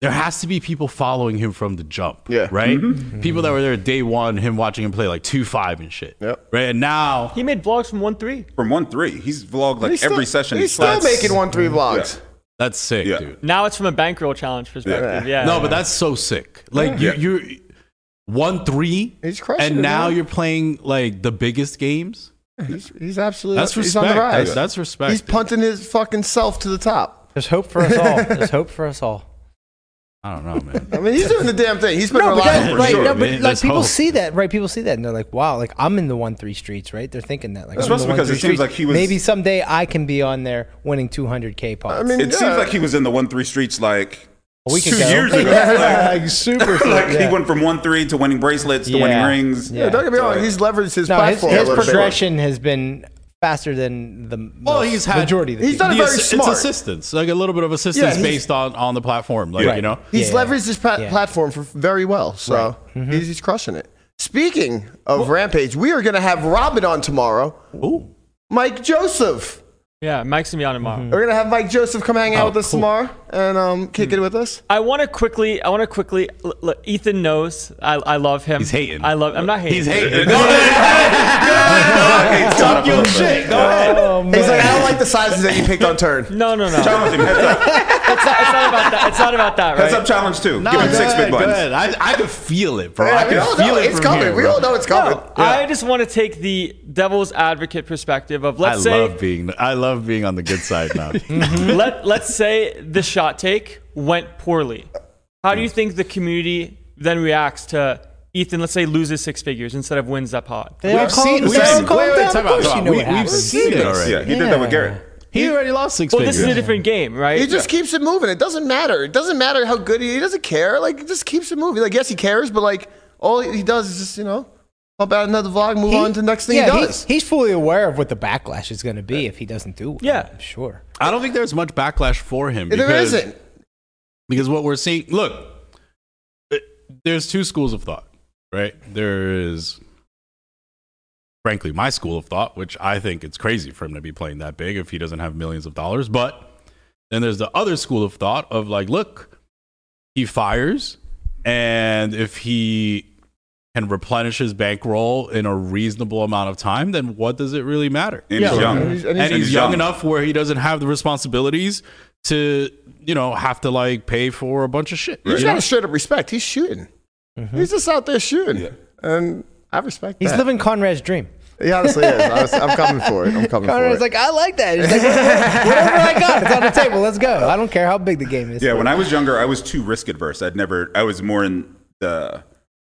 there has to be people following him from the jump.
Yeah. Mm-hmm.
Right?
Mm-hmm.
Mm-hmm. People that were there day one, him watching him play like two five and shit.
Yep.
Right. And now
He made vlogs from 1 3.
From one three, he's vlogged like
He's
every
still-
session.
He's still
That's-
making one three vlogs.
that's sick,
Yeah.
dude.
Now it's from a bankroll challenge perspective. Yeah.
No, but that's so sick. Like
Yeah.
you you're one three
He's crushing it,
and now
man.
you're playing like the biggest games.
He's, he's absolutely.
That's
he's
respect.
on the rise.
That's, that's respect.
he's punting his fucking self to the top.
There's hope for us all. There's hope for us all.
I don't know, man.
I mean, he's doing the damn thing. He's been
No, but
reliable.
that,
for
right,
sure.
no, but
man.
like
There's
people
hope.
see that, right? People see that and they're like, "Wow, like I'm in the one three streets, right?" They're thinking that, like, I'm in
Especially
the
because it
1-3
seems
streets.
like he was-
maybe someday I can be on there winning 200k pots.
I mean,
It
yeah.
seems like he was in the one three streets like
A week
two
ago.
years ago.
Yeah,
Like-
like, super.
like
yeah.
he went from one three to winning bracelets to winning
Yeah.
rings.
Yeah, don't get me wrong. He's leveraged his
no, his,
platform.
his
a little bit.
progression has been faster than the
Well,
most-
he's had
majority. Of the
he's
people.
done it
The
very
assi-
smart.
It's assistance, like a little bit of assistance
he's-
based on on the platform, like
Yeah.
you know.
He's
Yeah.
leveraged his pla-
Yeah.
platform for very well, so
Mm-hmm.
he's, he's crushing it. Speaking of Rampage, we are going to have Robin on tomorrow.
Ooh,
Mike Joseph.
Yeah, Mike's gonna be on tomorrow.
We're going to have Mike Joseph come hang out
Oh,
with us
cool. Mm.
tomorrow and um, kick it with us.
I want to quickly. I want to quickly. l- l- Ethan knows. I, I love him.
He's hating.
I love. I'm not hating.
he's hating.
Talk your
shit. Go ahead.
Oh, man.
He's like, I don't like the sizes that you picked on turn.
No, no, no. it's, not,
Challenge him. Heads up.
it's not about that. It's not about that, right?
Heads up. Challenge two.
No,
Give him
go
six
ahead,
big
go
buttons.
ahead. I, I could feel it, bro. I
we all
could
know
feel it.
it's
from
coming.
Here,
we
bro.
all know it's coming.
No, I just want to take the devil's advocate perspective of
I
let's say
love being. I love being on the good side now.
let let's say the shot take went poorly. How do you think the community then reacts to Ethan? Let's say loses six figures instead of wins that pot.
They all calm-
seen-
they
we've
all
seen-
calm
wait, wait,
down. Of
time out,
course
time
you
out.
know
We-
what
we've
happens.
seen it already.
Yeah, he did that with
Yeah.
Garrett.
He already lost six
Well,
figures.
this is a different game, right?
He just keeps it moving. It doesn't matter. It doesn't matter how good he, he doesn't care. Like, he just keeps it moving. Like, yes, he cares, but like, all he does is just, you know, pump out another vlog, move on to the next thing
yeah,
he does.
he's fully aware of what the backlash is going to be if he doesn't do it.
Yeah.
I'm sure.
I don't think there's much backlash for him. Because,
there isn't.
Because what we're seeing, look, it- there's two schools of thought, right? There is, frankly, my school of thought, which I think it's crazy for him to be playing that big if he doesn't have millions of dollars. But then there's the other school of thought of like, look, he fires, and if he can replenish his bankroll in a reasonable amount of time, then what does it really matter?
And he's
Yeah.
young.
And he's- and
and he's young
young.
enough where he doesn't have the responsibilities to you know have to like pay for a bunch of shit.
He's
you
got
know?
a straight up respect. He's shooting.
Mm-hmm.
He's just out there shooting. And I respect
He's
that.
living Conrad's dream.
He honestly is. I was, I'm coming for it. I'm coming for
Conrad's
it.
like, I like that. He's like, whatever, whatever I got, it's on the table. Let's go. I don't care how big the game is.
Yeah, when I was younger, I was too risk adverse. I'd never. I was more in the.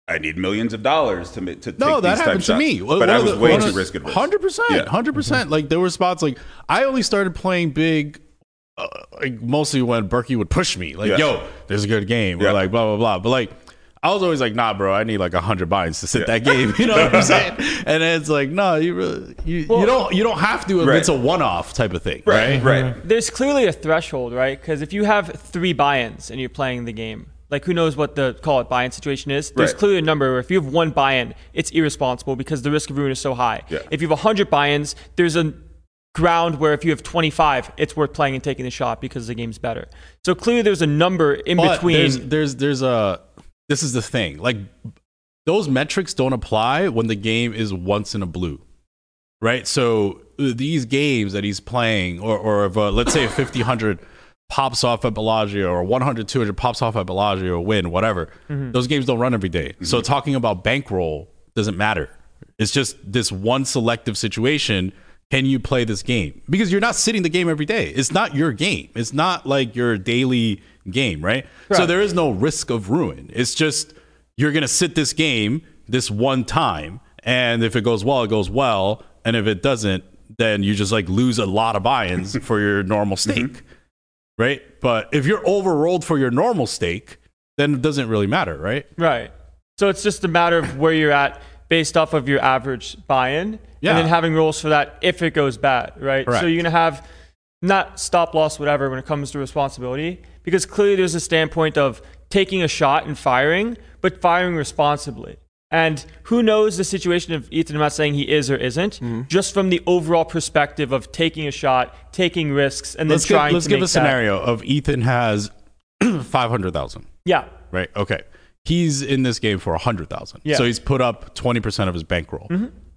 I need millions of dollars to make to take
No,
these
that
type
happened to
shots.
me.
But I was way too risk adverse.
Hundred percent,
Yeah. Mm-hmm.
hundred percent. Like there were spots like I only started playing big, uh, like mostly when Berkey would push me, like
Yeah.
yo, there's a good game,
Yeah.
or like blah blah blah. But like I was always like, nah, bro, I need like hundred binds to sit that game. You know what I'm saying? And it's like, no, you really, you, you don't you don't have to. if
Right.
It's a one off type of thing,
Right,
right?
right.
There's clearly a threshold, right? Because if you have three buy-ins and you're playing the game, like who knows what the call it buy-in situation is? There's
Right.
clearly a number where if you have one buy-in, it's irresponsible because the risk of ruin is so high.
Yeah.
If you have 100 buy-ins, there's a ground where if you have 25, it's worth playing and taking the shot because the game's better. So clearly there's a number in
But
between.
There's, there's there's a this is the thing. Like those metrics don't apply when the game is once in a blue, right? So uh, these games that he's playing, or or if uh, let's say a 50 100 pops off at Bellagio or 100 200 pops off at Bellagio or win whatever, those games don't run every day. So talking about bankroll doesn't matter. It's just this one selective situation. Can you play this game? Because you're not sitting the game every day. It's not your game. It's not like your daily game, right? So there is no risk of ruin. It's just you're going to sit this game this one time. And if it goes well, it goes well. And if it doesn't, then you just like lose a lot of buy ins for your normal
Mm-hmm.
stake, right? But if you're overrolled for your normal stake, then it doesn't really matter, right?
Right. So it's just a matter of where you're at based off of your average buy-in,
Yeah.
and then having rules for that if it goes bad, right?
Correct.
So you're gonna have not stop loss, whatever, when it comes to responsibility, because clearly there's a standpoint of taking a shot and firing, but firing responsibly. And who knows the situation of Ethan? I'm not saying he is or isn't,
Mm-hmm.
just from the overall perspective of taking a shot, taking risks, and
Let's
then
give,
trying
let's
to
give
make
a scenario of Ethan has 500,000.
That. Yeah.
right? Okay. He's in this game for 100,000.
Yeah. Mm-hmm.
So he's put up 20% of his bankroll.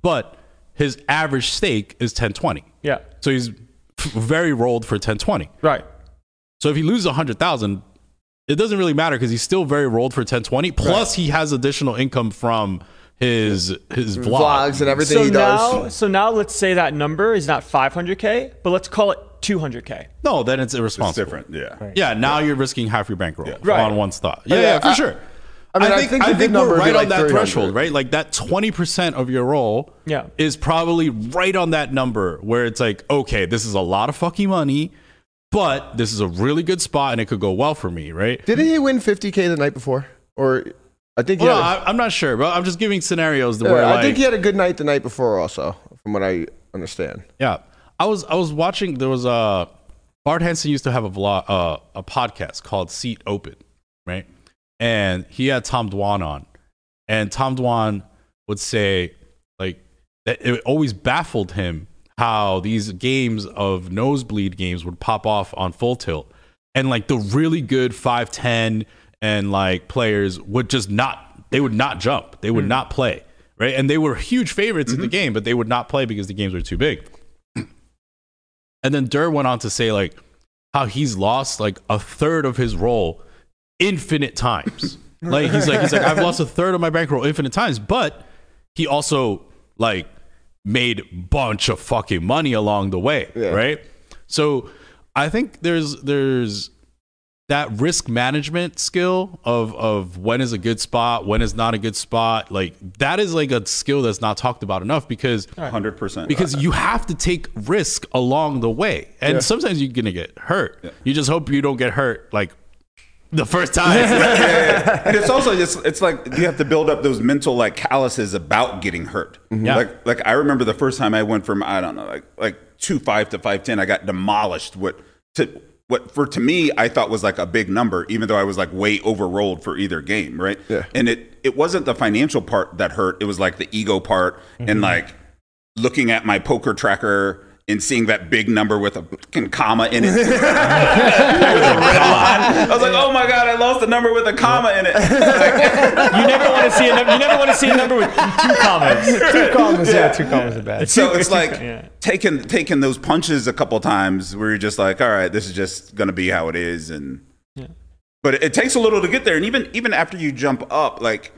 But his average stake is 1020.
Yeah.
So he's very rolled for 1020.
Right.
So if he loses 100,000, it doesn't really matter cuz he's still very rolled for 1020 plus he has additional income from his his vlog.
Vlogs and everything
So
he
now,
does.
so now let's say that number is not 500k, but let's call it 200k.
No, then it's irresponsible.
It's different. Yeah.
Yeah, now you're risking half your bankroll
Right.
on one stock. Yeah,
Oh, yeah,
yeah, for
I-
sure.
I mean, I think the good number
we're
would be
right
like
on that
300.
threshold, right? Like that 20% of your roll
Yeah.
is probably right on that number where it's like, okay, this is a lot of fucking money, but this is a really good spot and it could go well for me, right?
Didn't he win 50K the night before? Or I think he
Well,
had a-
I, I'm not sure, but I'm just giving scenarios that
Yeah,
where like,
I think he had a good night the night before, also, from what I understand.
Yeah, I was I was watching. There was a Bart Hansen used to have a vlog, uh, a podcast called Seat Open, right? And he had Tom Dwan on, and Tom Dwan would say like that it always baffled him how these games of nosebleed games would pop off on full tilt, and like the really good five ten and like players would just not they would not jump, they would not play. Right, and they were huge favorites in the game, but they would not play because the games were too big. And then Durr went on to say like how he's lost like a third of his role infinite times. like he's like he's like I've lost a third of my bankroll infinite times, but he also like made bunch of fucking money along the way,
Yeah.
right? So I think there's there's that risk management skill of of when is a good spot, when is not a good spot, like that is like a skill that's not talked about enough because
hundred percent.
because you have to take risk along the way, and sometimes you're gonna get hurt. You just hope you don't get hurt like the first time.
and it's also just it's like you have to build up those mental like calluses about getting hurt.
Yeah.
Like like I remember the first time I went from I don't know like like two five to five ten, I got demolished. What to what for to me I thought was like a big number, even though I was like way overrolled for either game, right?
Yeah.
And it it wasn't the financial part that hurt. It was like the ego part and like looking at my poker tracker. And seeing that big number with a fucking comma in it, I was like, "Oh my god, I lost the number with a comma in it."
You never want to see a number. You never want to see a number with two commas.
Two commas, yeah, two commas are bad.
so it's like
Yeah.
taking taking those punches a couple times where you're just like, all right, this is just gonna be how it is, and but it, it takes a little to get there, and even even after you jump up, like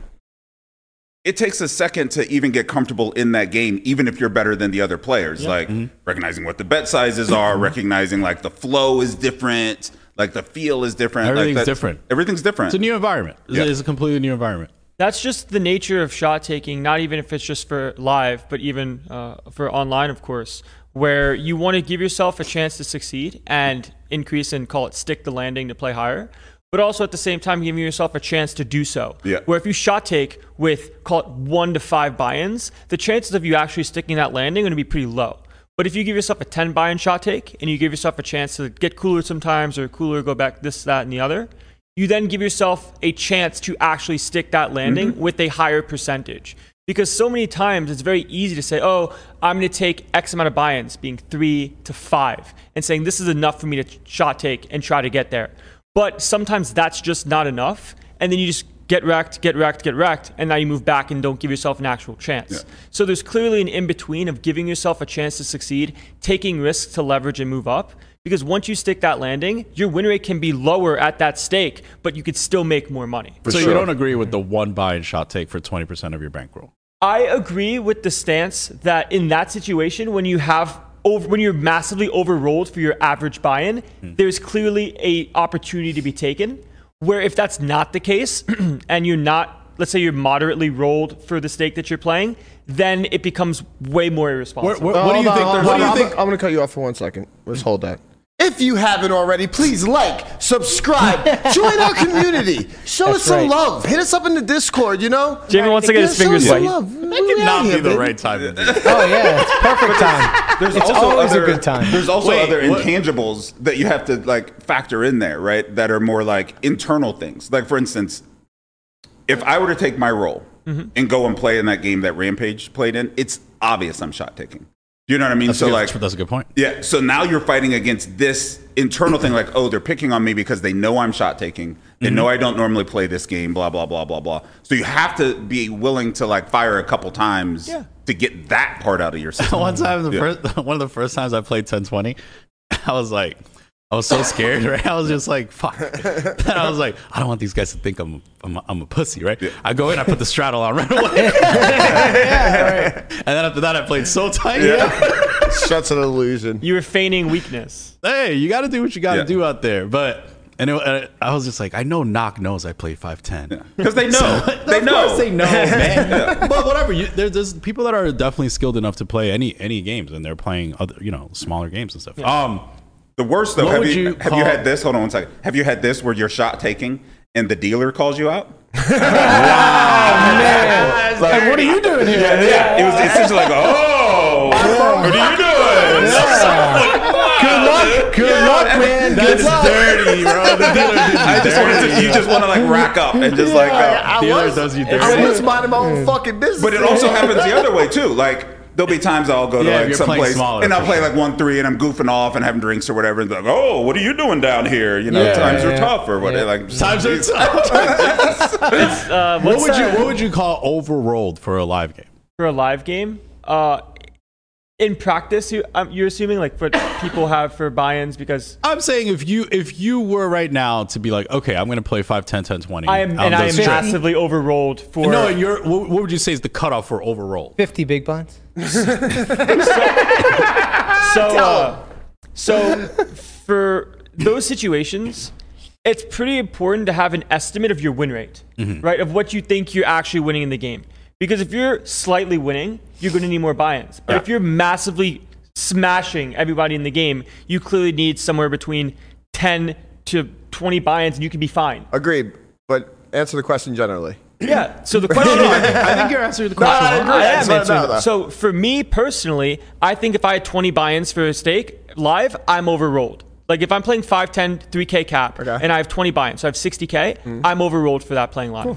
it takes a second to even get comfortable in that game, even if you're better than the other players. Like
Mm-hmm.
recognizing what the bet sizes are, recognizing like the flow is different, like the feel is different, like,
Everything's
that's-
different.
Everything's different.
it's a new environment. It's,
Yeah.
it's a completely new environment.
That's just the nature of shot taking, not even if it's just for live, but even uh, for online, of course, where you want to give yourself a chance to succeed and increase and call it stick the landing to play higher, but also at the same time giving yourself a chance to do so.
Yeah.
Where if you shot take with call it one to five buy ins, the chances of you actually sticking that landing are going to be pretty low. But if you give yourself a 10 buy in shot take and you give yourself a chance to get cooler sometimes or cooler, go back this, that, and the other, you then give yourself a chance to actually stick that landing with a higher percentage. Because so many times it's very easy to say, oh, I'm going to take X amount of buy ins, being three to five, and saying this is enough for me to shot take and try to get there. But sometimes that's just not enough. And then you just get wrecked, get wrecked, get wrecked, and now you move back and don't give yourself an actual chance. So there's clearly an in between of giving yourself a chance to succeed, taking risks to leverage and move up. Because once you stick that landing, your win rate can be lower at that stake, but you could still make more money.
so you don't agree with the one buy and shot take for twenty percent of your bankroll.
I agree with the stance that in that situation, when you have over, when you're massively overrolled for your average buy-in, there's clearly a opportunity to be taken. Where if that's not the case, and you're not, let's say you're moderately rolled for the stake that you're playing, then it becomes way more
Where,
irresponsible.
where- what do
Hold
you think?
on,
there's-
hold
What
on,
do you
I'm,
think?
I'm gonna cut you off for one second. Let's hold that. If you haven't already, please like, subscribe, join our community, show us some
right.
love, hit us up in the Discord. You know,
Jamie wants to get
Yeah,
his
show us
fingers
some
wet.
love.
That
We
could
out
not
here,
be the
baby.
right time to do that.
Oh yeah, it's perfect time.
There's
It's
also
always a
other,
good time.
There's also
Wait,
other
what-
intangibles that you have to like factor in there, right? That are more like internal things. Like for instance, if I were to take my role
Mm-hmm.
and go and play in that game that Rampage played in, it's obvious I'm shot taking. You know what I mean?
That's,
so
a good,
like
that's a good point.
yeah. So now you're fighting against this internal thing, like, oh, they're picking on me because they know I'm shot taking. They
Mm-hmm.
know I don't normally play this game. Blah blah blah blah blah. So you have to be willing to like fire a couple times to get that part out of your system.
one time, the
Yeah.
first one of the first times I played 1020, I was like, I was so scared, right? I was just like, fuck. And I was like, I don't want these guys to think I'm I'm, I'm a pussy, right? I go in, I put the straddle on right away. And then after that, I played so tight.
Such an illusion.
you were feigning weakness.
Hey, you got to do what you got to
Yeah.
do out there, but. And it, uh, I was just like, I know Knock knows I played 5'10.
Because they know. they
of
know.
course they know, man. But whatever. You, there, there's people that are definitely skilled enough to play any any games, and they're playing other, you know, smaller games and stuff. Um,
The worst though,
What
have
would
you,
you
have you
call-
had this? Hold on one second. Have you had this where you're shot taking and the dealer calls you out?
Like, what are you doing here?
Yeah, it was essentially like, oh, what are you doing?
Good luck, good
Yeah,
luck,
and
man.
that's
Good luck.
dirty, bro. The dealer did you
I just wanted to, you just want to like rack up and just like. Uh,
I
Dealer
was,
does you
I
dirty.
was minding my own fucking business.
but it also happens the other way too. Like there'll be times I'll go to
Yeah, if
like
you're playing
someplace
smaller,
and I'll
for
play
sure.
like one three and I'm goofing off and having drinks or whatever. And they're like, oh, what are you doing down here? You know,
Yeah,
times
yeah,
are
yeah.
tough or whatever.
Yeah.
Like
Times are tough.
Uh,
What
what's
would you
that-
What would you call overrolled for a live game?
for a live game? Uh, in practice, you, um, you're assuming like what people have for buy-ins because
I'm saying if you if you were right now to be like, okay, I'm going to play 5, 10, 10, 20.
I am
on
and I am
this trip.
massively overrolled for
No, and you're, what, what would you say is the cutoff for overrolled?
Fifty big blinds.
so uh, so for those situations it's pretty important to have an estimate of your win rate, right? Of what you think you're actually winning in the game. Because if you're slightly winning, you're going to need more buy-ins. But if you're massively smashing everybody in the game, you clearly need somewhere between 10 to 20 buy-ins, and you can be fine.
Agreed. But answer the question generally.
Yeah. So the question.
I think you're answering the
No,
question.
I agree.
I
That's
am
what I
answering
know,
that.
though.
So for me personally, I think if I had 20 buy-ins for a stake live, I'm overrolled. Like if I'm playing 5, 10, 3K cap and I have 20 buy-ins, so I have 60K,
Mm-hmm.
I'm overrolled for that playing live.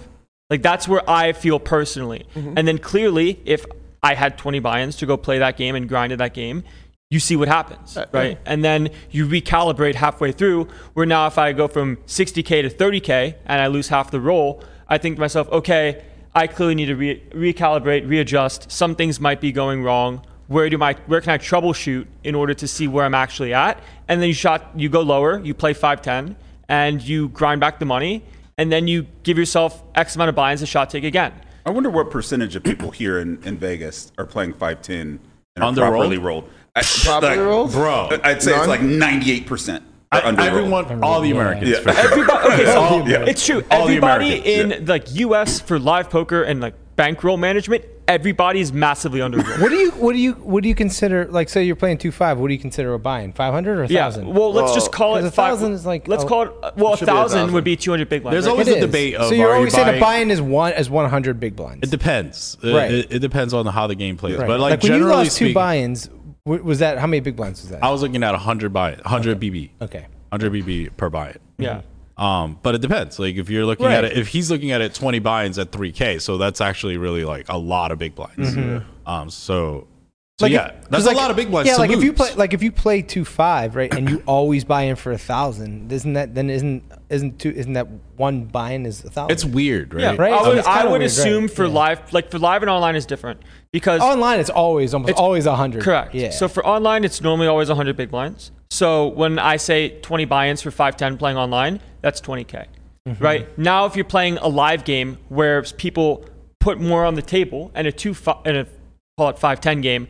Like that's where I feel personally.
Mm-hmm.
And then clearly, if I had 20 buy-ins to go play that game and grinded that game, you see what
Uh,
happens, right? And then you recalibrate halfway through. Where now, if I go from 60k to 30k and I lose half the roll, I think to myself, okay, I clearly need to re- recalibrate, readjust. Some things might be going wrong. Where do my where can I troubleshoot in order to see where I'm actually at? And then you shot, you go lower, you play 510, and you grind back the money, and then you give yourself X amount of buy-ins to shot take again.
I wonder what percentage of people here in, in Vegas are playing 5'10 and are
Underrolled?
properly rolled. I,
Properly rolled?
Bro.
I'd say it's like 98% are underrolled.
Everyone, all the Americans.
Yeah.
for sure.
Everybody, okay, so
All- yeah.
it's true.
All the
everybody in
Americans,
like U.S. for live poker and like bankroll management, everybody's massively underrolled.
What do you what do you what do you consider like say you're playing two five? What do you consider a buy-in? Five hundred or a
yeah.
thousand?
Well, let's just call it
'Cause a
five-
thousand is like-
Let's
oh.
call it. uh, Well, a
should be a
thousand would
thousand.
be 200 big lines.
There's
right?
always
It
a
is.
debate of
so you're
are you
always saying a
buying-
buy-in is one is one hundred big blinds.
It depends. It-
Right.
It, it depends on how the game plays.
Right.
But like,
when you
generally
lost
speaking,
two buy-ins, w- was that how many big blinds was that?
I was looking at 100 buy, 100 BB,
okay.
100 BB per buy.
yeah.
Um, but it depends. Like if you're looking
Right.
at it, if he's looking at it 20 buy-ins at 3K, so that's actually really like a lot of big blinds. Um, so, so
Like,
yeah,
if- 'cause
that's a
like-
lot of big blinds.
Yeah,
to
like if you
lose.
play like if you play two five right, and you always buy in for a thousand, isn't that then isn't isn't two isn't that one buy in is a thousand?
it's weird, right?
Yeah,
Right?
I
So
would,
it's
I
kinda
would
weird,
assume
right?
for
Yeah.
live, like for live and online is different because
online. It's always almost always a hundred.
Correct.
Yeah.
So for online, it's normally always 100 big blinds. So when I say 20 buy-ins for 510 playing online, that's 20k.
Mm-hmm.
Right now, if you're playing a live game where people put more on the table, and a two fi- and a call it 510 game,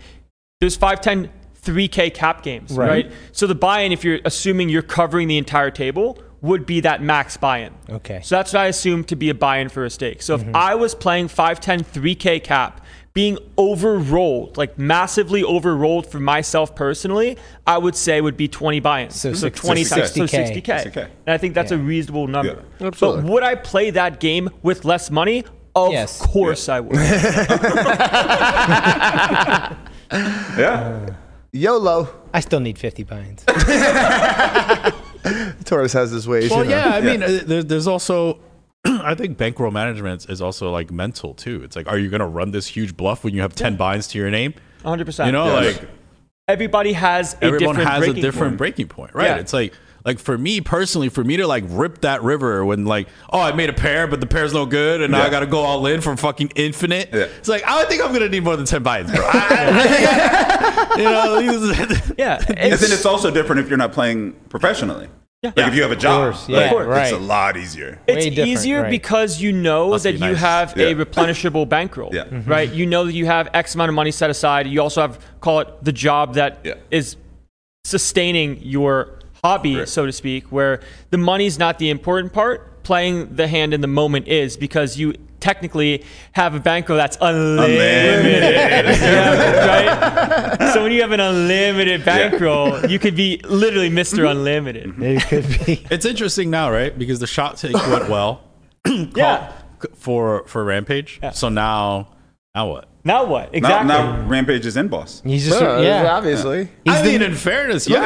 there's 510 3k cap games,
Right.
right? So the buy-in, if you're assuming you're covering the entire table, would be that max buy-in.
Okay. Mm-hmm.
So that's what I assume to be a buy-in for a stake. So if I was playing 510 3K cap, being overrolled, like massively overrolled for myself personally, I would say would be 20 buy-ins.
So six-
20
so
times-
60K.
So 60K.
60K.
And I think that's a reasonable number.
Yeah.
But would I play that game with less money? Of
Yes.
course I would.
Yeah.
YOLO.
I still need fifty buy-ins.
Torres has his ways.
Well,
you know.
yeah, I mean, uh, there, there's also, I think bankroll management is also like mental too. It's like, are you going to run this huge bluff when you have 10 buy-ins to your name?
100%.
You know, like
everybody has a
everyone
different
has a
breaking
different
point.
breaking point, right?
Yeah.
It's like, like for me personally, for me to like rip that river when like, oh, I made a pair, but the pair's no good, and now I
Yeah.
got to go all in for fucking infinite.
Yeah.
It's like I don't think I'm gonna need more than ten buy-ins, bro. I- I- you know, these-
Yeah.
And
it's-
then it's also different if you're not playing professionally.
Yeah.
Like if you have a job,
course,
like,
yeah, right.
it's a lot easier.
Way
it's
different,
easier
right.
because you know
Must
that
be
you
nice. Mm-hmm.
have a
Yeah.
replenishable bankroll,
Yeah. Mhm.
right? You know that you have X amount of money set aside. You also have call it the job that is
Yeah.
sustaining your hobby,
Right.
so to speak, where the money's not the important part. Playing the hand in the moment is because you technically have a bankroll that's unlimited. Yeah, right? So when you have an unlimited bankroll, you could be literally Mr.
Mm-hmm.
Unlimited.
it could be.
it's interesting now, right? Because the shot take went well.
Yeah.
for for Rampage. So now, now what?
Now what?
Now,
Exactly.
now Rampage is in boss.
He's just
Yeah,
yeah.
obviously.
I mean, in fairness, yeah,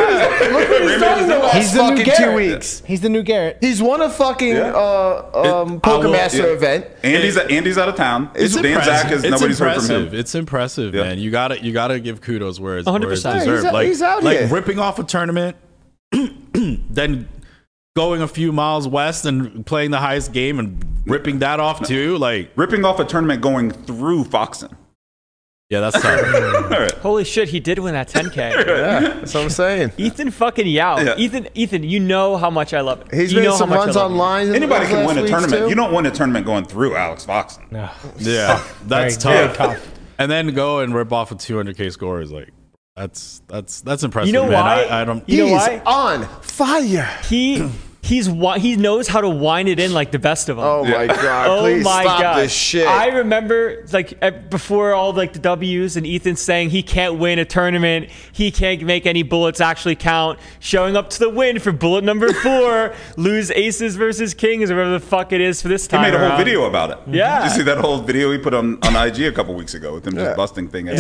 He's the new
fucking
Garrett.
two weeks.
He's the new Garrett.
He's won a fucking
Yeah.
uh, um,
It-
Poker
I will-
Master
yeah.
event.
Andy's Andy's out of town.
it's
Dan
impressive.
Zach is
it's
nobody's
impressive.
heard from him.
It's impressive,
Yeah.
man. You got to You got to give kudos where it's, where it's
100%.
deserved.
He's
out-
like
he's out
like
here.
ripping off a tournament, then going a few miles west and playing the highest game and ripping that off too. Like,
Ripping off a tournament going through Foxen.
yeah, that's tough.
All right.
Holy shit, he did win that 10k.
Yeah, that's what I'm saying.
Ethan fucking Yao.
Yeah.
Ethan, Ethan, you know how much I love it.
He's
you
made
know
some
how much
runs
I love it.
online. in the
Anybody can
last
win a
weeks,
tournament.
too.
You don't win a tournament going through Alex Foxen.
No.
yeah, that's
Very
tough.
tough.
And then go and rip off a 200k score is like that's that's that's impressive.
You know
man.
why?
I, I don't.
You know
He's
why?
on fire.
He He's wi- he knows how to wind it in like the best of them.
Oh my god!
Oh
Please
my
stop
god!
this shit.
I remember like e- before all like the W's and Ethan saying he can't win a tournament, he can't make any bullets actually count. Showing up to the win for bullet number four, lose aces versus kings or whatever the fuck it is for this
He
time.
made a whole
around.
video about it.
Yeah.
Did you see that whole video he put on, on IG a couple weeks ago with him just busting thing? at-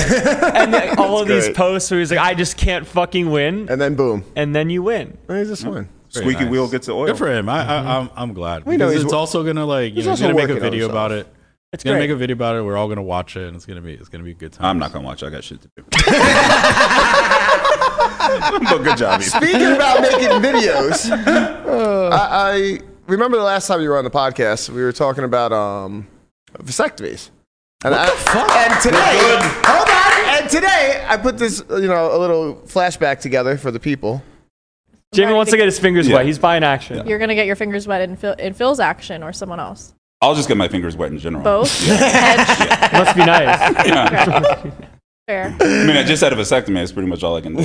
and like, all of these
great.
posts where he's like, I just can't fucking win,
and then boom,
and then you win.
and he's just win.
Squeaky
nice.
wheel gets the oil.
Good for him. I, I, I'm, I'm glad.
know
because
he's
it's
wo-
also gonna like you
he's
know, he's
also
gonna make a
working on
video about it. It's gonna
great.
make a video about it. We're all gonna watch it, and it's gonna be it's gonna be a good time.
I'm not gonna watch. it. I got shit to do. but good job. Ethan.
Speaking about making videos, Uh. I, I remember the last time you were on the podcast, we were talking about um, vasectomies. And I, And today, hold on. And today, I put this, you know, a little flashback together for the people.
Jamie wants to get his fingers wet. He's buying action.
You're gonna get your fingers wet in, Phil, in Phil's action or someone else.
I'll just get my fingers wet in general.
Both. Hedge.
Must be nice.
Fair.
I mean, I just had a vasectomy. That's pretty much all I can do.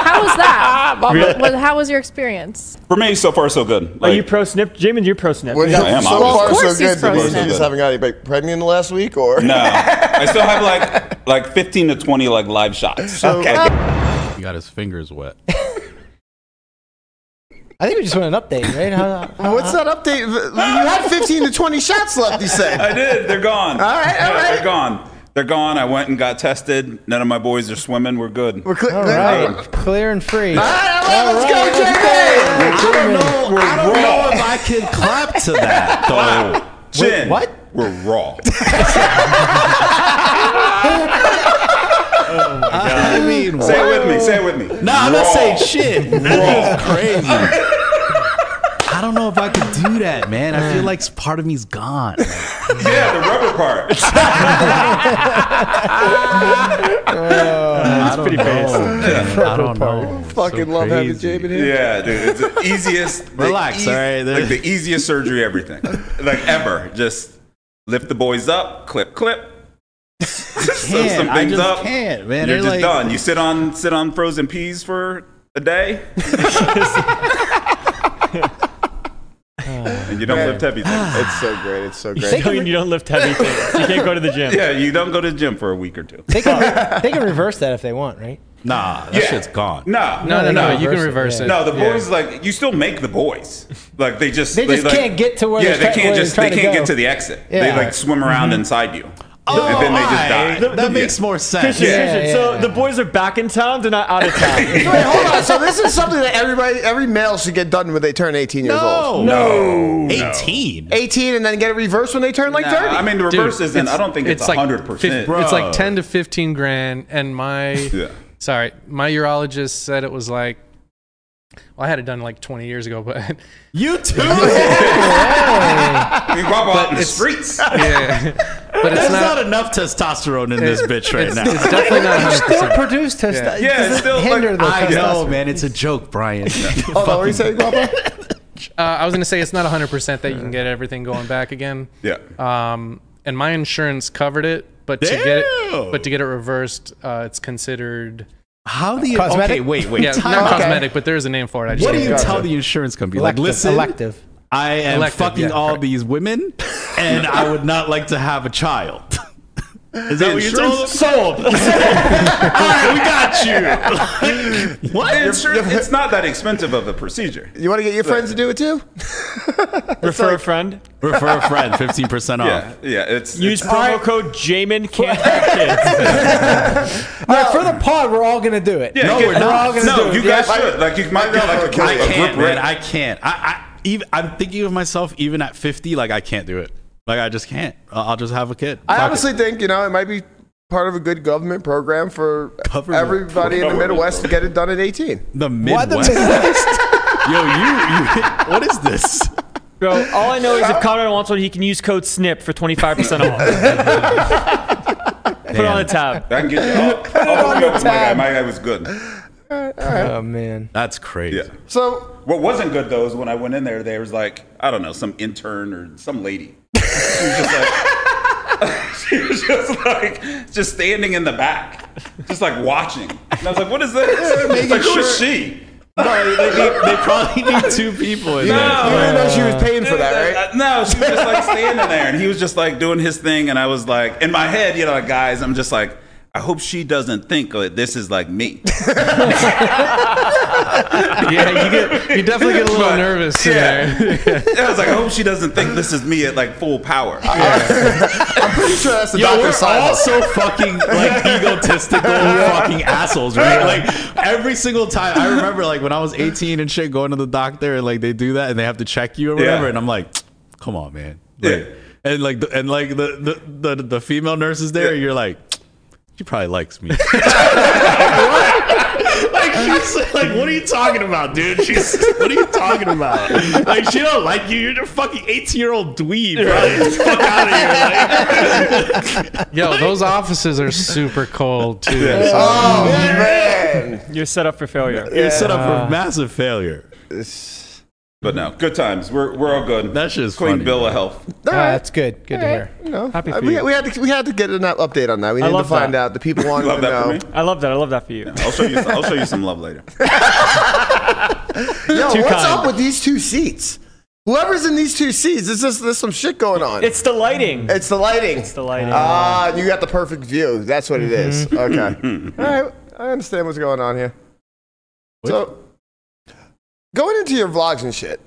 How was that? Well, how was your experience?
For me, so far so good.
Are
Like,
you pro snip? Jamie, you're pro snip.
I am,
so
obviously.
far,
Of course
so good.
he's frozen.
Because you just haven't got anybody pregnant in the last week, or
no, I still have like like 15 to 20 like live shots.
okay.
He got his fingers wet.
I think we just want an update, right? How, how,
What's that update? You had 15 to 20 shots left. You said.
I did. They're gone.
All right, all
Yeah,
right.
They're gone. They're gone. I went and got tested. None of my boys are swimming. We're good.
We're clear.
all right, clear and free.
All right, all right, let's go,
All
Jamie.
I don't know. I don't know Oh, if I can clap to that though.
Jen,
what?
We're raw.
I mean,
Say it with me. Say it with me.
No, I'm not
Raw.
saying shit. That's crazy. I don't know if I could do that, man. I feel like part of me's gone.
Yeah, the rubber part.
I don't know. I don't know.
Fucking love having Jamie here.
Yeah, dude. It's the easiest. the
Relax, all right?
Like the easiest surgery, everything. Like ever. Just lift the boys up, clip, clip. Sew
Can't. I just can't, man.
You're
They're
just
like-
done. You sit on sit on frozen peas for a day. and you don't lift heavy things.
It's so great. It's so great.
They can,
you
re-
don't lift heavy things. You can't go to the gym.
Yeah, you don't go to the gym for a week or two.
they, can re- they can reverse that if they want, right?
Nah, that
Yeah.
shit's gone.
No,
No, no, no.
no,
You can reverse
reverse it,
it.
No, the boys like you still make the boys. Like they just
They just
like-
can't get to where
yeah they
they're try-
can't
where
just
they're
they
trying to
can't
go.
get to the exit. They
Yeah. Mm-hmm.
like swim around inside you,
Oh,
and then they just die.
alright. That makes
Yeah.
more sense.
Christian,
Yeah.
Christian,
Yeah,
so
yeah.
the boys are back in town. They're not out of town.
Wait, hold on. So this is something that everybody, every male should get done when they turn 18 years old.
No,
No, no.
18.
18 and then get it reversed when they turn like
Nah,
30.
I mean, the reverse isn't. I don't think it's
like fif-
hundred percent.
It's
Oh.
like ten to fifteen grand, and my
Yeah.
sorry, my urologist said it was like. Well, I had it done like 20 years ago, but
You too?
I mean, Rob out in the
it's-
streets.
yeah, but it's
There's
not.
not, enough testosterone in this bitch right
it's,
now.
it's definitely not 100.
Still
percent
produce testosterone.
Yeah, it's still
hinder
like,
the
I know,
testosterone.
man. It's a joke, Brian.
hold on. What are you saying, Papa?
Uh, I was gonna say it's not 100 percent that you can get everything going back again.
Yeah.
Um, and my insurance covered it, but to get
Damn.
it, but to get it reversed, uh, it's considered
How do you?
Cosmetic?
Okay, wait, wait.
yeah,
Time
not
out.
cosmetic, but there's a name for it. I just
What do
don't
you
know.
tell the insurance company? Like,
Elective,
listen,
elective.
I am
Elective,
fucking
yeah,
all
correct.
these women, and I would not like to have a child. Is that what you told them? Sold. all right, we got you. what?
Insurance, it's not that expensive of a procedure.
You want to get your friends to do it too?
Refer a friend.
Refer a friend, fifteen percent off.
Yeah, yeah. It's
Use
it's-
promo code Jamin can't have kids.
All right, for the pod, we're all gonna do it.
Yeah, get-
we're not.
all gonna
no,
do it.
you guys
Yeah, I-
should. Like you might get like a, group,
I
a
can't,
group
man.
rate.
I can't. I, I even, I'm thinking of myself even at fifty. Like I can't do it. Like I just can't. I'll I'll just have a kid. Fuck
I
it.
honestly think, you know, it might be part of a good government program for
Government
everybody in the
program.
Midwest to get it done at 18.
the
Why
Midwest.
the Midwest?
Yo, you, you. What is this?
Bro, all I know is if Conrad wants one, he can use code SNIP for 25% off. Put it on the tab.
I can get you. Oh, oh, yo, my guy, my guy was good.
oh man.
That's crazy.
Yeah.
So
What wasn't good though is when I went in there, there was like I don't know some intern or some lady. She was just like, she was just like, just standing in the back, just like watching. And I was like, what is this? Like, who is she?
No, they, need, they probably need two people in
No.
there.
You didn't know she was
paying for that,
right? No, she was just like standing there, and he was just like doing his thing, and I was like, in my head, you know, like, guys, I'm just like, I hope she doesn't think that this is like me.
yeah, you get you definitely get a little
But-
nervous
yeah.
in there.
I was like, I hope she doesn't think this is me at like full power.
I'm pretty sure that's the
Yo,
doctor's
we're
side.
all so fucking like egotistical fucking assholes, right? Like every single time I remember like when I was 18 and shit going to the doctor and like they do that and they have to check you or
Yeah.
whatever and I'm like, come on, man. Like,
Yeah.
And like the, and like the the, the the female nurse is there and you're like, she probably likes me. like she's like, what are you talking about, dude? She's what are you talking about? Like she don't like you. You're a fucking 18 year old dweeb, bro. Get the fuck out of here. Like,
Yo, those offices are super cold too.
Yeah.
Oh man,
You're set up for failure.
You're set up for
Uh,
massive failure.
But no, good times. We're, we're all good.
That shit is
Clean
funny,
bill
bro.
of health.
All
Ah,
right.
that's good. Good to
All right.
hear.
you know,
Happy
I-
for
we,
you.
we had to we had to get an up- update on that. We
I
needed to
love
find
that.
out. The people wanted
Love
to
that for
know.
me.
I love that. I love that for you.
I'll show you. I'll show you some love later.
Yo,
Too
what's
kind.
up with these two seats? Whoever's in these two seats, there's just there's some shit going on.
It's the lighting.
It's the lighting.
It's the lighting. Mm-hmm.
Ah, you got the perfect view. That's what it is. Okay. All right. I understand what's going on here. So, going into your vlogs and shit,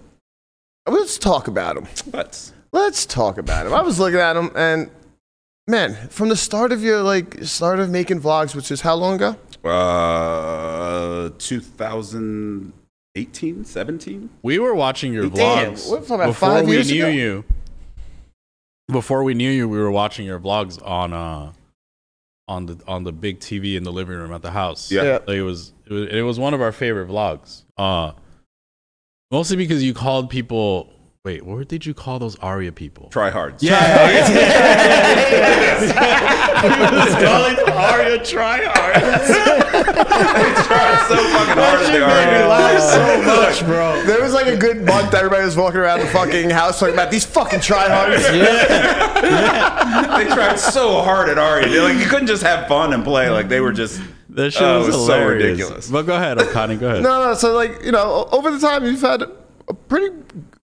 let's talk about them.
But
Let's talk about them. I was looking at them, and man, from the start of your like start of making vlogs, which is how long ago?
uh, 2018, 17.
We were watching your
Damn,
vlogs
we're talking about
before
five
we
years
knew
ago?
you. Before we knew you, we were watching your vlogs on uh on the on the big TV in the living room at the house.
Yeah.
Yeah.
Like, it was it was, it was one of our favorite vlogs. Uh, mostly because you called people. Wait, what did you call those Aria people?
Try hard.
Yeah, calling Aria
so fucking hard as they
They
are.
laugh so much, bro.
There was like a good month. Everybody was walking around the fucking house talking about these fucking tryhards.
They tried so hard at Ari. They're like, you couldn't just have fun and play. Like they were just.
That shit
Oh,
was,
it was so
hilarious.
ridiculous.
But go ahead, O'Connor. Go ahead.
No, no. So like you know, o- over the time you've had a pretty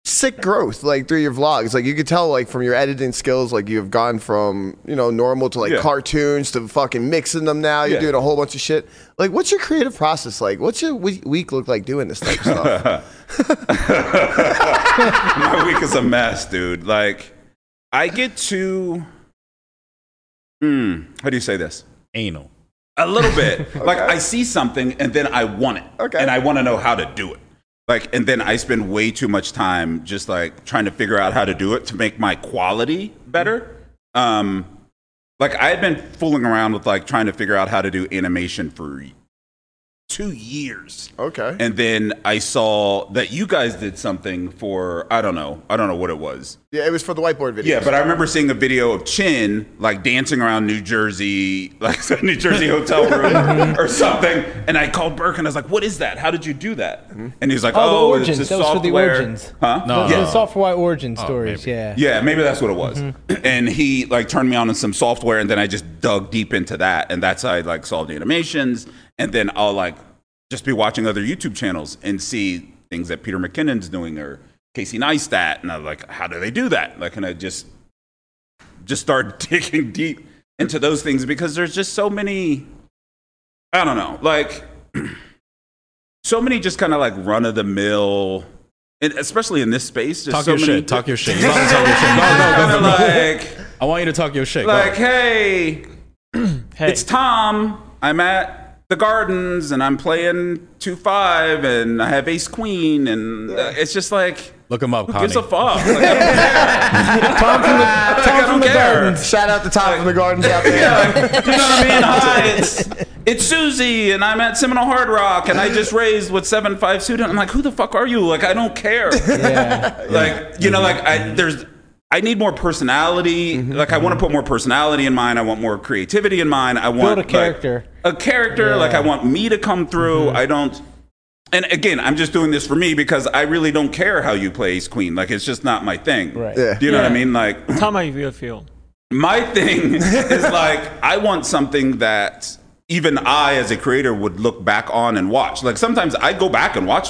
sick growth, like through your vlogs. Like you could tell, like from your editing skills, like you have gone from you know normal to like
Yeah.
cartoons to fucking mixing them. Now you're
Yeah.
doing a whole bunch of shit. Like, what's your creative process like? What's your we- week look like doing this type of stuff?
my week is a mess, dude. Like, I get to. Hmm. How do you say this?
Anal.
A little bit. Like I see something and then I want it.
Okay.
And I want to know how to do it. Like and then I spend way too much time just like trying to figure out how to do it to make my quality better. Um like I had been fooling around with like trying to figure out how to do animation for 2 years.
Okay.
And then I saw that you guys did something for I don't know. I don't know what it was.
Yeah, it was for the whiteboard video.
Yeah, but I remember seeing a video of Chin like dancing around New Jersey, like some New Jersey hotel
Mm-hmm.
room or something. And I called Burke and I was like, "What is that? How did you do that?" And he's like,
Oh, the
"Oh,
origins.
it's just
That was for the
software."
origins.
Huh?
No,
Yeah.
Those software origin stories.
maybe.
Yeah.
Yeah, maybe that's what it was. And he like turned me on to some software, and then I just dug deep into that, and that's how I like solved the animations. And then I'll like just be watching other YouTube channels and see things that Peter McKinnon's doing or Casey Neistat, and I'm like, how do they do that? Like, and I just just start digging deep into those things because there's just so many. I don't know, like so many just kind of like run of the mill. And especially in this space, just
Talk
so
your
many
shit. Talk your shit. You about to talk your shit. No,
Kinda
no, go, go, go.
like,
I want you to talk your shit.
like,
go.
hey,
Hey,
it's Tom. I'm at the Gardens and I'm playing two five and I have Ace Queen and uh, it's just like
Look him up,
who gives
Connie.
a fuck? Like, I
Tom from the, Tom
don't
from the
care.
gardens. Shout out to Tom from the gardens out there.
don't care. Do you know what I mean? Hi, it's it's Susie and I'm at Seminole Hard Rock and I just raised with seven five student. I'm like, who the fuck are you? Like, I don't care.
Yeah. Mm-hmm.
like you know like i there's i need more personality like i want to put more personality in mine i want more creativity in mine i want
Build a
like,
character. Mm-hmm.
a character like i want me to come through i don't and again i'm just doing this for me because i really don't care how you play ace queen like it's just not my thing
Right.
Yeah.
do you know what i mean like
Tell me how you feel.
my thing is like i want something that even I, as a creator, would look back on and watch. Like sometimes I go back and watch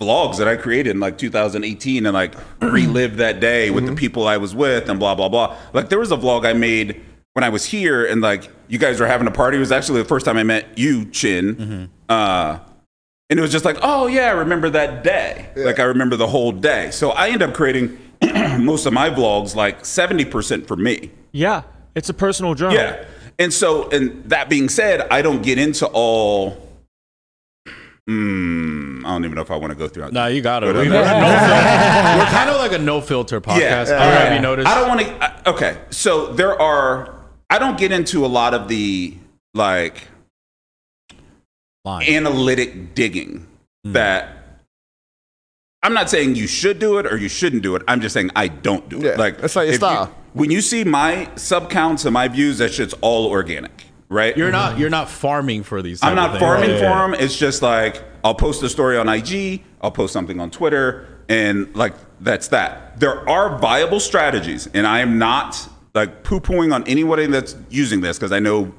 vlogs that I created in like 2018 and like relive that day with the people I was with and blah blah blah. Like there was a vlog I made when I was here and like you guys were having a party. It was actually the first time I met you, Chin. Uh, and it was just like, oh yeah, I remember that day. Like I remember the whole day. So I end up creating most of my vlogs like 70% for me.
Yeah, it's a personal journal.
Yeah. And so, and that being said, I don't get into all. Mm, I don't even know if I want to go through.
No, you got it. We're,
Go down
we're
that-
no- we're kind of like a no filter podcast. I don't know if you noticed.
I don't want to. Okay, so there are. I don't get into a lot of the like analytic digging that. I'm not saying you should do it or you shouldn't do it. I'm just saying I don't do it. like that's not
your style.
when you see my sub counts and my views, that shit's all organic, right?
You're not. You're not farming for these.
I'm not farming for 'em.
for
for them. It's just like I'll post a story on IG, I'll post something on Twitter, and like that's that. There are viable strategies, and I am not like poo pooing on anybody that's using this because I know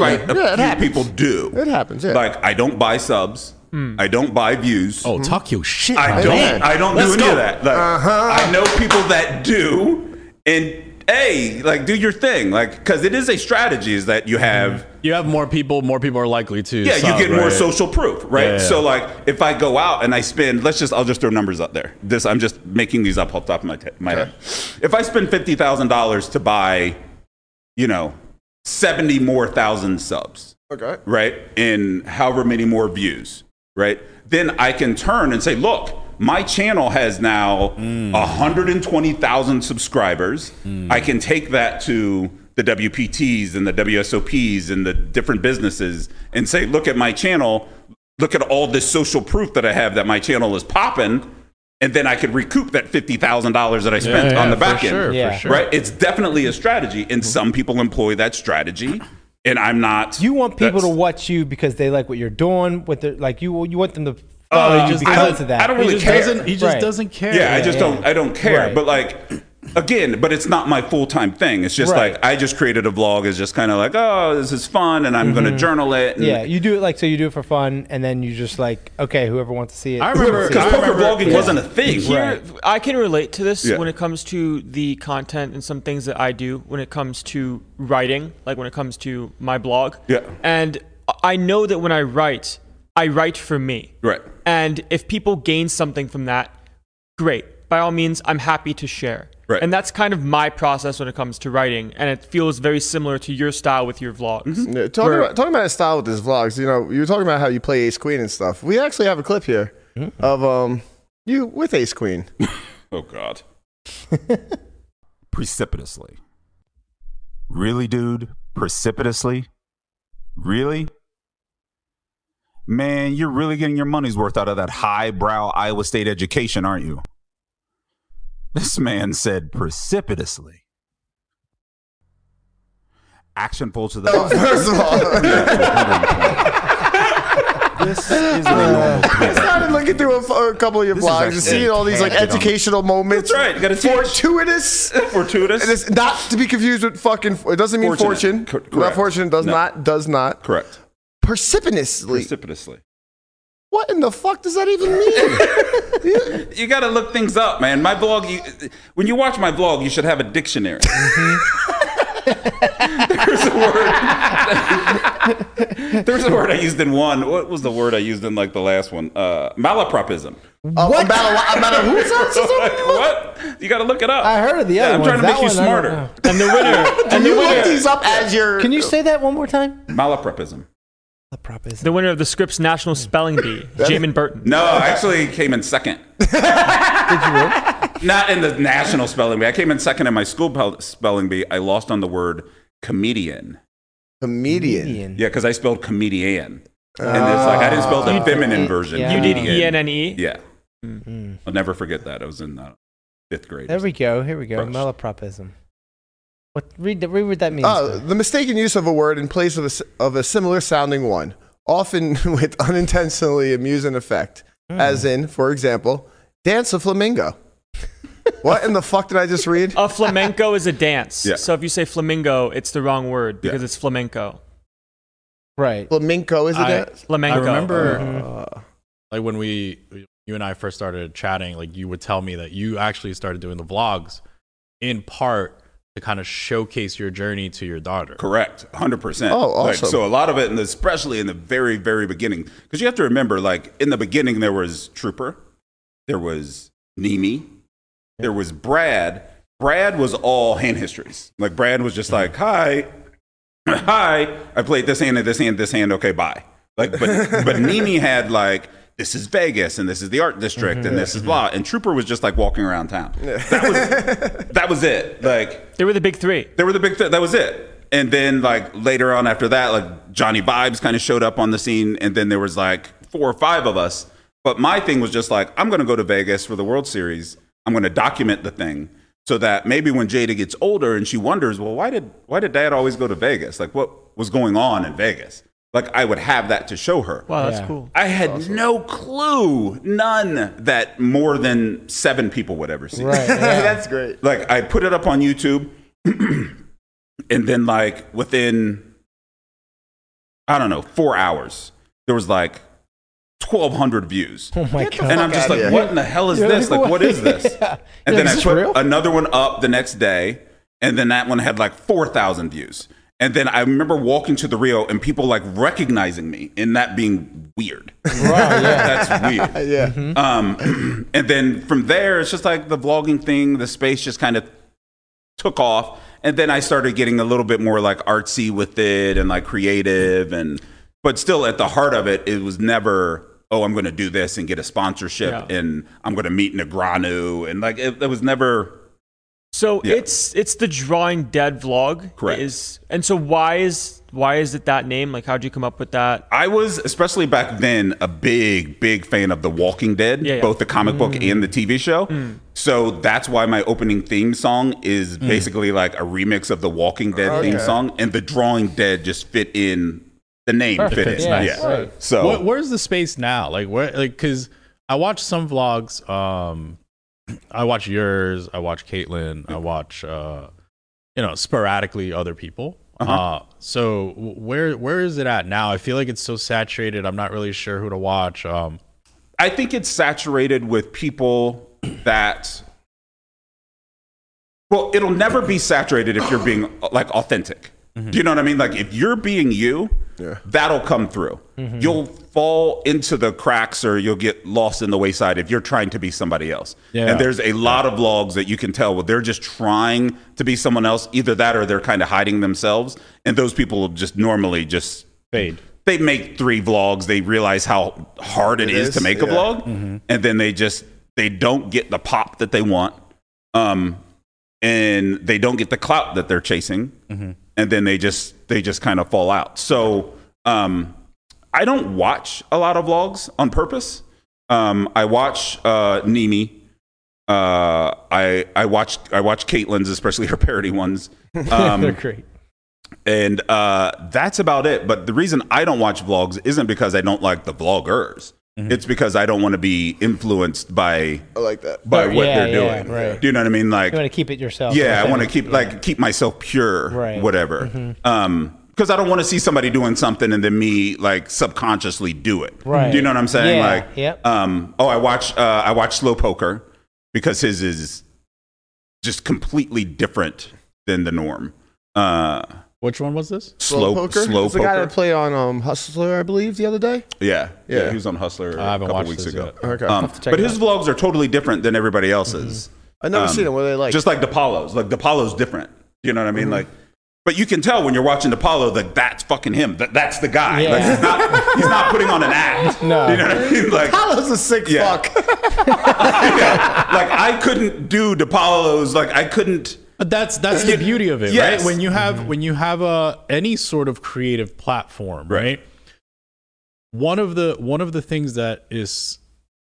right
Yeah, it
a few
happens.
people do.
It happens. Yeah.
Like I don't buy subs.
Hmm.
I don't buy views. Oh,
talk your shit.
I
my
don't.
man.
I don't
Let's
do any
go. Uh-huh.
of that. Like, I know people that do, and hey, like do your thing, like because it is a strategy is that you have
You have more people. More people are likely to.
yeah,
sub,
you get more
right?
social proof, right?
Yeah, yeah.
So like, if I go out and I spend, let's just, I'll just throw numbers up there. This, I'm just making these up off the top of my, t- my head. If I spend fifty thousand dollars to buy, you know, seventy more thousand subs,
Okay.
right, and however many more views, right, then I can turn and say, look. My channel has now
Mm.
120,000 subscribers. I can take that to the WPTs and the WSOPs and the different businesses and say, look at my channel. Look at all this social proof that I have that my channel is popping. And then I could recoup that $50,000 that I spent
yeah,
on the
for
back end.
sure, for Yeah. sure.
Right? It's definitely a strategy.
Mm-hmm.
And some people employ that strategy. And I'm not.
You want people to watch you because they like what you're doing. With their, like you, you want them to follow
Uh,
you because
I don't-
of that.
I don't really
just
care.
doesn't- he just
Right.
doesn't care.
Yeah, I just
yeah.
don't. I don't care.
Right.
But like, again, but it's not my full time thing. It's just
Right.
like I just created a vlog. It's just kind of like, oh, this is fun, and I'm going to journal it. And
Mm-hmm. Yeah, you do it like so. You do it for fun, and then you just like okay, whoever wants to see it.
I remember-
because
I
poker
remember-
vlogging
yeah.
wasn't a thing.
Here, I can relate to this
Yeah.
when it comes to the content and some things that I do when it comes to writing, like when it comes to my blog.
Yeah.
And I know that when I write, I write for me.
Right.
And if people gain something from that, great. By all means, I'm happy to share.
Right.
And that's kind of my process when it comes to writing, and it feels very similar to your style with your vlogs.
Mm-hmm.
Yeah, talking,
Where-
about, talking about his style with his vlogs, you know, you were talking about how you play Ace Queen and stuff. We actually have a clip here of um you with Ace Queen.
Oh God.
precipitously. Really, dude? Precipitously? Really? Man, you're really getting your money's worth out of that highbrow Iowa State education, aren't you? This man said precipitously. Action full to the
First of all,
this is the normal
I started looking through a, f- a couple of your
This is
blogs
actually
and seeing all these like
packed on-
educational moments.
That's right, you gotta teach.
fortuitous.
Fortuitous.
And it's not to be confused with fucking. It doesn't mean fortune.
Fortunate. Co-
not
correct.
fortune. Does
No.
not. Does not.
Correct.
Precipitously.
Precipitously.
what in the fuck does that even mean?
You got to look things up, man. My blog. You, when you watch my blog, you should have a dictionary.
Mm-hmm.
There's a word. There's a word I used in one. What was the word I used in like the last one? Uh, malapropism.
Uh, what? About, about who's
Like, what? You got to look it up.
I heard of the
Yeah,
other
I'm
ones.
trying to
That
make you
one, I don't
smarter.
know.
And the winner, and the
You look
winner,
these up as your.
Can you say that one more time?
malapropism.
The prop is
the winner of the Scripps National Spelling Bee, Jamin Burton.
No, I actually came in second. Not in the national spelling bee. I came in second in my school pel- spelling bee. I lost on the word comedian.
comedian?
Ian.
Yeah, because I spelled comedian. And it's like, I didn't spell the
Ah.
feminine version.
Yeah.
Oh. You did
comedian.
E N N E.
Yeah.
Mm.
I'll never forget that. I was in uh, fifth grade.
There we go. Here we go.
Gross.
Malapropism. What? Read, the- read what that means.
Oh, the mistaken use of a word in place of a, s- of a similar sounding one, often with unintentionally amusing effect.
Hmm.
As in, for example, dance a flamingo. what in the fuck did I just read?
A flamenco is a dance.
Yeah.
So if you say flamingo, it's the wrong word because
Yeah.
it's flamenco.
Right.
Flamenco, Uh-huh. is it?
I,
that?
I remember,
Mm-hmm.
uh, like when we, you and I first started chatting, like you would tell me that you actually started doing the vlogs, in part to kind of showcase your journey to your daughter.
Correct, hundred percent.
Oh, awesome.
Like, so a lot of it, and especially in the very, very beginning, because you have to remember, like in the beginning, there was Trooper, there was Nimi, there was Brad. Brad was all hand histories. Like Brad was just like, "Hi, hi, I played this hand and this hand, this hand. Okay, bye." Like, but but Nimi had like. This is Vegas, and this is the art district,
Mm-hmm.
and this is blah. And Trooper was just like walking around town. That was it. Like
they were the big three.
They were the big three. That was it. And then like later on after that, like Johnny Vibes kind of showed up on the scene, and then there was like four or five of us. But my thing was just like, I'm gonna go to Vegas for the World Series. I'm gonna document the thing so that maybe when Jada gets older and she wonders, well, why did why did Dad always go to Vegas? Like what was going on in Vegas? Like I would have that to show her.
Wow, that's Yeah. cool.
I had no clue, none that more than seven people would ever see.
That's great.
Like I put it up on YouTube, and then like within, I don't know, four hours, there was like twelve hundred views.
Oh my god!
And I'm just like, what in the hell is
Yeah,
this?
like,
Like, what
what-
is this?
Yeah.
And
Yeah,
then
is
I
this
put
real?
another one up the next day, and then that one had like four thousand views. And then I remember walking to the Rio and people like recognizing me, and that being weird. That's weird.
uh, yeah.
Mm-hmm. Um, and then from there, it's just like the vlogging thing, the space just kind of took off. And then I started getting a little bit more like artsy with it and like creative and, but still at the heart of it, it was never, oh, I'm going to do this and get a sponsorship
Yeah.
and I'm going to meet Negranu. And like, it, it was never,
So
Yeah.
it's it's the drawing dead vlog.
Correct.
Is and so why is why is it that name? Like how'd you come up with that?
I was, especially back then, a big, big fan of The Walking Dead,
yeah.
both the comic book and the TV show. So that's why my opening theme song is basically like a remix of The Walking Dead theme
Okay.
song, and The Drawing Dead just fit in. The name fit in. Yeah. So
Where- where's the space now? Like where? Like because I watch some vlogs. Um, I watch yours. I watch Caitlin. I watch uh, you know, sporadically other people. uh
Uh-huh.
so wh- where where is it at now? I feel like it's so saturated. I'm not really sure who to watch. Um,
I think it's saturated with people that well, it'll never be saturated if you're being like authentic.
Mm-hmm.
Do you know what I mean? Like if you're being you, that'll come through.
Mm-hmm.
You'll fall into the cracks or you'll get lost in the wayside if you're trying to be somebody else.
Yeah.
And there's a lot of vlogs that you can tell well they're just trying to be someone else, either that or they're kind of hiding themselves and those people will just normally just
fade.
They make 3 vlogs, they realize how hard it
It
is,
is,
to make a
yeah. Mm-hmm.
vlog and then they just they don't get the pop that they want um and they don't get the clout that they're chasing
Mm-hmm.
and then they just they just kind of fall out so um i don't watch a lot of vlogs on purpose um i watch uh nimi uh i i watch i watch caitlin's especially her parody ones
They're
um
great.
and uh, that's about it. But the reason I don't watch vlogs isn't because I don't like the vloggers.
Mm-hmm.
It's because I don't want to be influenced by
I like that.
by
Right,
what
yeah,
they're
yeah,
doing.
right.
Do you know what I mean? Like,
you want to keep it yourself.
yeah, I
think.
want to keep like keep myself pure,
Right. Mm-hmm.
whatever. Um, because I don't want to see somebody doing something and then me like subconsciously do it.
Right.
Do you know what I'm saying?
Yeah,
Like,
yep.
um, oh, I watch uh, I watch Slow Poker because his is just completely different than the norm. Uh,
Which one was this?
slow
poker.
Slow
It's the guy
poker.
that played on um, Hustler, I believe, the other day.
Yeah, yeah,
Yeah.
He was on Hustler
I
a
haven't
couple
watched
weeks
those
ago.
yet. Okay.
Um,
Have to check
but
it
his vlogs are totally different than everybody else's.
I've never
Um,
seen them. What are they like?
Just like DePaulo's. Like DePaulo's different. You know what I mean? Like, but you can tell when you're watching DePaulo, like that's fucking him. That, that's the guy. Like he's not, he's not putting on an act.
No.
You know what I mean? Like
Paulo's a sick fuck.
like I couldn't do DePaulo's. Like I couldn't.
But that's that's the
Yeah.
beauty of it,
Yes. Mm-hmm.
right? When you have when you have a any sort of creative platform, right? One of the one of the things that is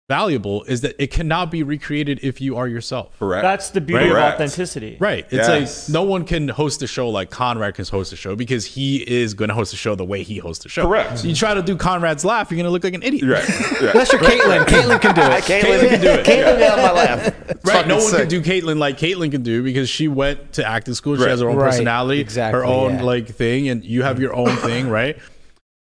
valuable is that it cannot be recreated if you are yourself.
Correct.
That's the beauty of
Correct.
authenticity.
Right. It's
Yes.
like no one can host a show like Conrad can host a show because he is going to host a show the way he hosts a show.
Correct.
You try to do Conrad's laugh, you're going to look like an idiot.
Right.
Unless you're Caitlyn. Caitlyn can do it.
Caitlyn, can do it.
Caitlyn nailed my laugh.
Right.
fucking
No one
sick.
can do Caitlyn like Caitlyn can do because she went to acting school. She
Right.
has her own
Right.
personality,
Exactly,
her own
yeah.
like thing, and you have your own thing, right?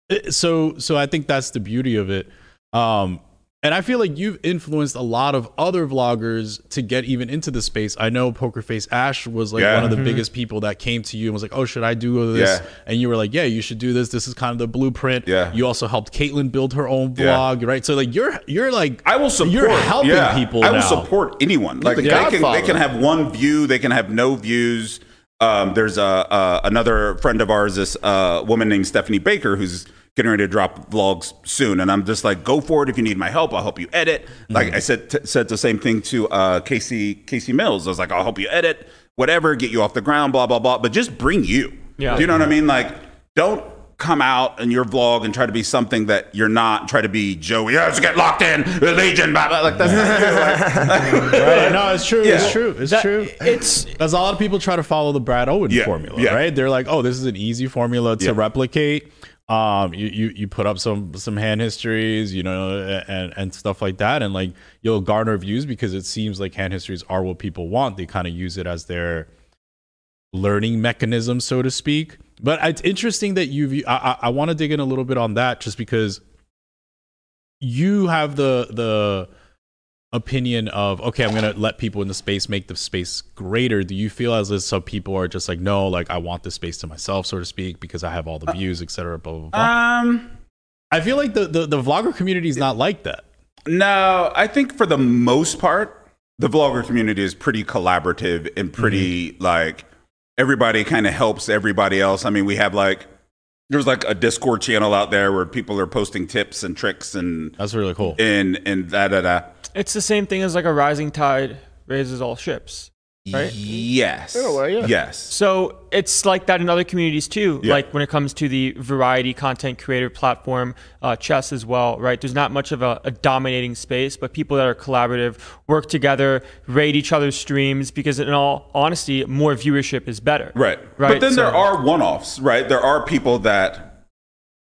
It- so so I think that's the beauty of it. Um, and I feel like you've influenced a lot of other vloggers to get even into the space. I know Poker Face Ash was like
Yeah.
one of the
Mhm.
biggest people that came to you and was like, "Oh, should I do this?"
Yeah.
And you were like, "Yeah, you should do this. This is kind of the blueprint."
Yeah.
You also helped Caitlyn build her own
Yeah.
vlog, right? So like you're you're like
I will support.
You're helping
yeah.
people.
I will
now.
support anyone.
You're
Like
the
they can, they
godfather.
can have one view. They can have no views. Um, there's a, a another friend of ours, this uh, woman named Stephanie Baker, who's getting ready to drop vlogs soon, and I'm just like, go for it. If you need my help, I'll help you edit.
Mm-hmm.
Like I said, t- said the same thing to uh, Casey Casey Mills. I was like, I'll help you edit, whatever, get you off the ground, blah blah blah. But just bring you.
Yeah.
Do you know what I mean? Like, don't come out in your vlog and try to be something that you're not. Try to be Joey. Yeah, let's get locked in. Legion. Blah, blah. Like that's not you.
Right. No, it's true.
Yeah.
It's true. It's true.
It's
as a lot of people try to follow the Brad Owen
Yeah.
formula,
Yeah.
right? They're like, oh, this is an easy formula to
Yeah.
replicate. Um, you, you you put up some some hand histories, you know, a- and and stuff like that, and like you'll garner views because it seems like hand histories are what people want. They kind of use it as their learning mechanism, so to speak. But it's interesting that you've. I, I, I want to dig in a little bit on that, just because you have the the opinion of okay, I'm gonna let people in the space make the space greater. Do you feel as if some people are just like, no, like I want this space to myself, so to speak, because I have all the
Uh,
views, et cetera, blah blah blah.
Um,
I feel like the, the the vlogger community is not like that.
No, I think for the most part, the vlogger community is pretty collaborative and pretty like everybody kind of helps everybody else. I mean, we have like there's like a Discord channel out there where people are posting tips and tricks and
that's really cool.
And and da da da.
It's the same thing as like a rising tide raises all ships, right?
Yes. In a way, yeah. Yes.
So it's like that in other communities too.
Yeah.
Like when it comes to the variety content creator platform, uh, chess as well, right? There's not much of a, a dominating space, but people that are collaborative work together, rate each other's streams because, in all honesty, more viewership is better.
Right.
Right.
But then
So-
there are one offs, right? There are people that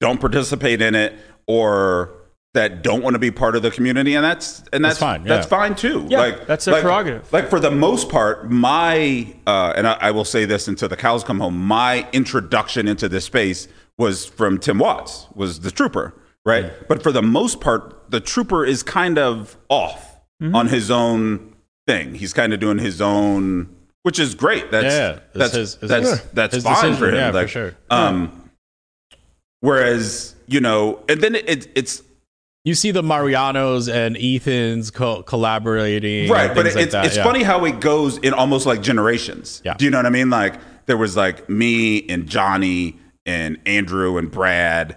don't participate in it or that don't want to be part of the community and that's and
That's
that's,
fine, yeah.
That's fine too.
Yeah, that's their
like-
prerogative.
Like for the most part, my uh, and I, I will say this until the cows come home, my introduction into this space was from Tim Watts, was the trooper, right? But for the most part, the trooper is kind of off
Mm-hmm.
on his own thing. He's kind of doing his own which is great. That's
Yeah, it's
that's
his- it's
that's
his-
that's
his
fine
decision,
for him.
yeah, for
like,
sure.
Um, whereas you know, and then it, it's
You see the Marianos and Ethan's co- collaborating,
right,
and
but
things
it's
like
it's
that, yeah.
funny how it goes in almost like generations. Yeah. Do you know what I mean? Like there was like me and Johnny and Andrew and Brad,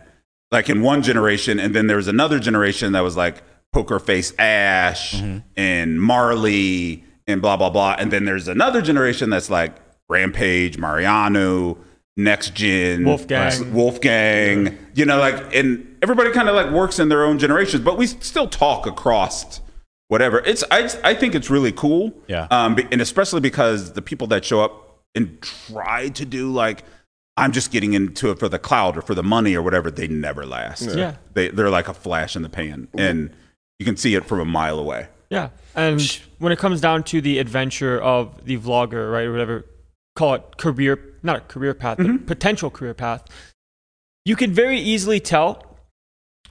like in one generation, and then there was another generation that was like Poker Face Ash
Mm-hmm.
and Marley and blah blah blah, and then there's another generation that's like Rampage, Mariano, Next Gen,
Wolfgang.
Wolfgang. You know, like and everybody kind of like works in their own generations, but we still talk across whatever. It's I I think it's really cool.
Yeah.
Um, be- and especially because the people that show up and try to do like I'm just getting into it for the cloud or for the money or whatever, they never last.
Yeah. Yeah.
They they're like a flash in the pan, and you can see it from a mile away.
Yeah. And when it comes down to the adventure of the vlogger, right, or whatever, call it career, not a career path,
Mm-hmm.
but potential career path, you can very easily tell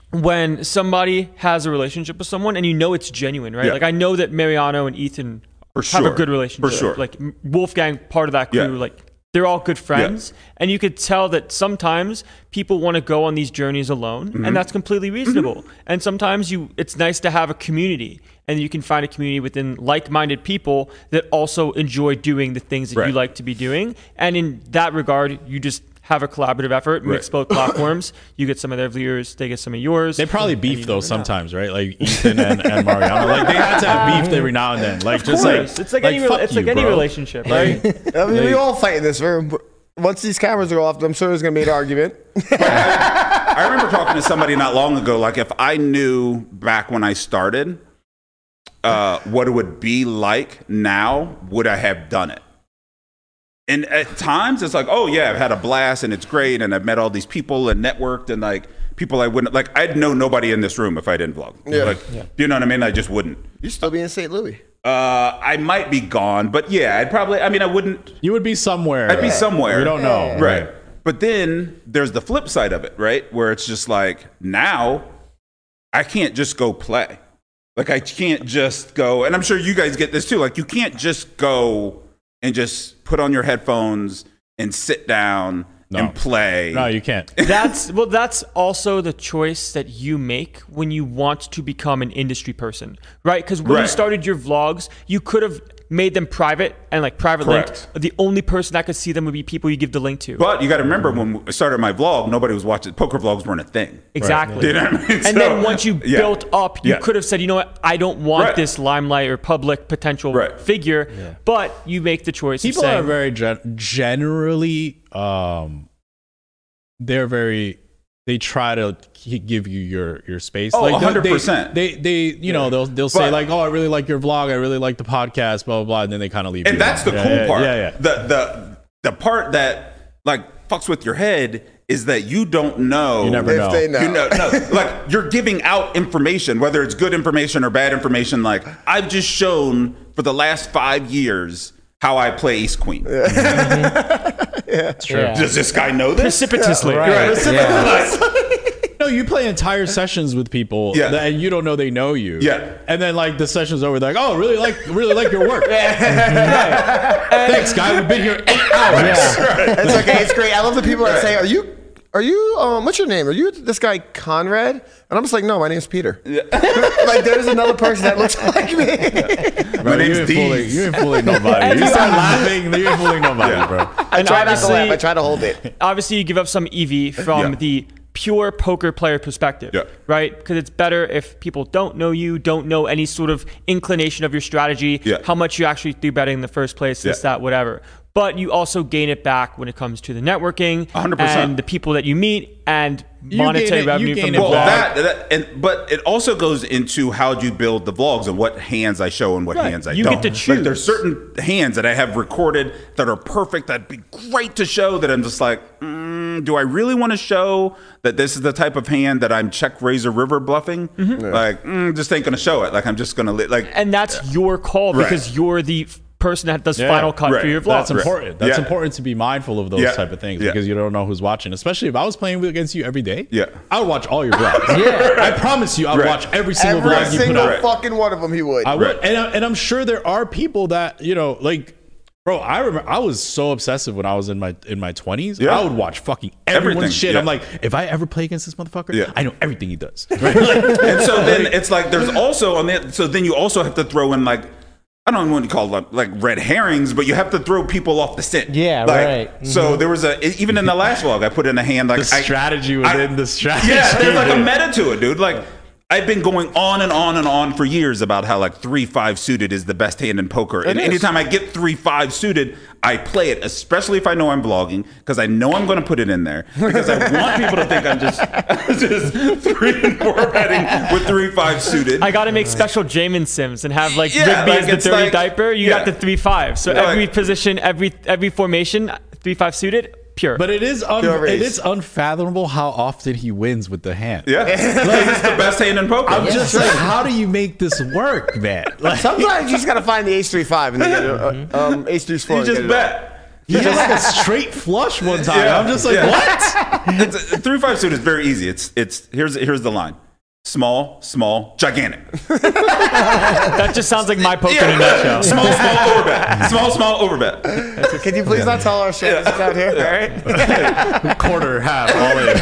when somebody has a relationship with someone and you know it's genuine, right?
Yeah.
Like I know that Mariano and Ethan
For
have
sure.
a good relationship.
For sure.
Like M- Wolfgang, part of that crew,
Yeah.
like they're all good friends. And you could tell that sometimes people want to go on these journeys alone,
Mhm.
and that's completely reasonable. And sometimes you it's nice to have a community and you can find a community within like-minded people that also enjoy doing the things that you
Right.
like to be doing. And in that regard, you just have a collaborative effort, mix
Right.
both platforms. You get some of their viewers, they get some of yours.
They probably beef though sometimes, right? Like Ethan and, and Mariano, like they had to have beef every now and then. Like
Of
just like
course. It's like any rela-
fuck
it's
you,
like any
bro.
relationship, right?
I mean, we all fight in this room. but Once these cameras go off, I'm sure there's gonna be an argument.
I remember talking to somebody not long ago. Like, if I knew back when I started uh, what it would be like now, would I have done it? And at times, it's like, oh yeah, I've had a blast and it's great, and I've met all these people and networked and like people I wouldn't like. I'd know nobody in this room if I didn't vlog.
Yeah.
Like,
Yeah.
do you know what I mean? I just wouldn't.
You'd still be in St. Louis.
Uh, I might be gone, but yeah, I'd probably. I mean, I wouldn't.
You would be somewhere.
I'd be somewhere.
We don't know.
Right. But then there's the flip side of it, right? Where it's just like now I can't just go play. Like I can't just go, and I'm sure you guys get this too. Like you can't just go and just put on your headphones and sit down and play.
No, you can't.
that's well that's also the choice that you make when you want to become an industry person right because when you
Right.
started your vlogs you could have made them private and like private
Correct.
linked the only person that could see them would be people you give the link to
But you got to remember when I started my vlog, nobody was watching. Poker vlogs weren't a thing.
Exactly.
You know what I mean?
And then once you
yeah.
built up, you
Yeah.
could have said, you know what, I don't want
Right.
this limelight or public potential figure. But you make the choice.
People
of saying,
are very gen- generally, um, they're very. They try to k- give you your your space.
Oh,
Like, they-
100%.
They, they, they, you know, they'll they'll say
But-
like, "Oh, I really like your vlog. I really like the podcast." Blah blah blah. And then they kind of leave. you
And that's the
alone. Yeah,
cool
yeah,
part.
Yeah, yeah.
The the the part that like fucks with your head is that you don't know
You never If know. they know.
You no. like you're giving out information, whether it's good information or bad information. Like I've just shown for the last five years how I play Ace Queen.
true. Yeah.
Does this guy know this?
Precipitously.
Right.
Right.
Precipitously.
No, you play entire sessions with people,
Yeah.
that- and you don't know they know you.
Yeah.
And then like the session's over, they're like, "Oh, really like really like your work." Right. Thanks, guy. We've been here eight hours.
It's okay. It's great. I love the people that say, "Are you? Are you? Um, what's your name? Are you this guy Conrad?" And I'm just like, "No, my name's Peter." like, there's another person that looks like me.
Bro,
name's
you ain't fooling,
Deez.
you ain't fooling nobody. you start laughing, you ain't fooling nobody,
Yeah.
bro.
I
And
try not to
obviously-
laugh. I try to hold it.
obviously you give up some EV from
Yeah.
the pure poker player perspective,
Yeah.
right? Because it's better if people don't know you, don't know any sort of inclination of your strategy,
Yeah.
how much you actually do betting in the first place, this,
Yeah.
that, whatever. But you also gain it back when it comes to the networking
100%.
and the people that you meet and
You gain
monetary
it- you
revenue
gain
from
it
the
Well,
blog.
that, that and but it also goes into how do you build the vlogs and what hands I show and what
Right.
hands I
You
don't.
get to
Like, there's certain hands that I have recorded that are perfect. That'd be great to show. That I'm just like, mm, do I really want to show that this is the type of hand that I'm check razor river bluffing?
Mm-hmm.
Like, mm, just ain't gonna show it. Like, I'm just gonna li- like.
and that's your call
Right.
because you're the f- person that does
Yeah.
final cut for
Right.
your vlog.
That's important. That's
Yeah.
important to be mindful of those
Yeah.
type of things
Yeah.
because you don't know who's watching. Especially if I was playing with- against you every day,
Yeah.
I would watch all your vlogs.
Yeah.
I promise you, I would
Right.
watch every single
Every
vlog you put
single
out.
fucking one of them, he would.
I would, and, I, and I'm sure there are people that you know, like, bro. I remember I was so obsessive when I was in my in my 20s.
Yeah.
I would watch fucking everyone's
Everything,
shit.
yeah.
I'm like, if I ever play against this motherfucker,
Yeah.
I know everything he does.
and so then it's like there's also on the so then you also have to throw in like I don't know what you call them like red herrings, but you have to throw people off the scent.
Yeah,
Like,
right.
So there was a even in the last vlog I put in a hand like
the
I-
strategy
I-
within the strategy.
yeah, there's like a
dude.
meta to it, dude. Like I've been going on and on and on for years about how like three five suited is the best hand in poker. and
is.
anytime I get three five suited, I play it, especially if I know I'm vlogging, because I know I'm gonna put it in there. Because I want people to think I'm just, just three and four betting with three five suited.
I got to make special Jamin Sims and have like
Yeah,
Rigby
like,
as the
it's
dirty
like-
diaper. You
yeah.
got the three five. So
Yeah,
every
like-
position, every every formation, three five suited, pure.
But it is un-
Pure
it
race.
is unfathomable how often he wins with the hand.
Yeah, it's the best hand in poker.
I'm just like, how do you make this work, man? Like,
Sometimes you just gotta find the ace three five and then get it, uh, um, ace three four.
Mm-hmm. you
and
just
get it out.
bet.
he had like a straight flush one time.
Yeah,
I'm just like,
yeah.
what?
It's, three five suit is very easy. It's it's here's here's the line. Small, small, gigantic.
that just sounds like my poker in
Yeah.
a nutshell.
small, small overbet. Small, small overbet.
Can you please not tell our shit out here? All right.
Quarter, half, all in.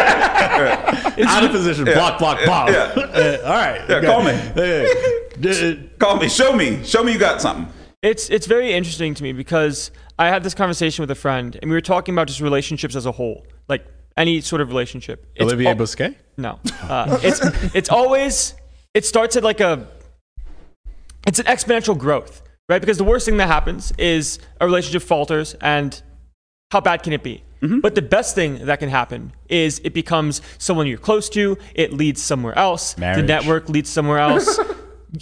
Out of position, block, block, block.
yeah.
Uh, all right.
Yeah,
okay.
call me.
Yeah. Uh,
Call me. Show me. Show me you got something.
It's it's very interesting to me because I had this conversation with a friend and we were talking about just relationships as a whole, like any sort of relationship. It's
Olivier
al-
Busquet?
No, uh, it's it's always it starts at like a it's an exponential growth, right? Because the worst thing that happens is a relationship falters, and how bad can it be? But the best thing that can happen is it becomes someone you're close to. It leads somewhere else.
Marriage.
The network leads somewhere else.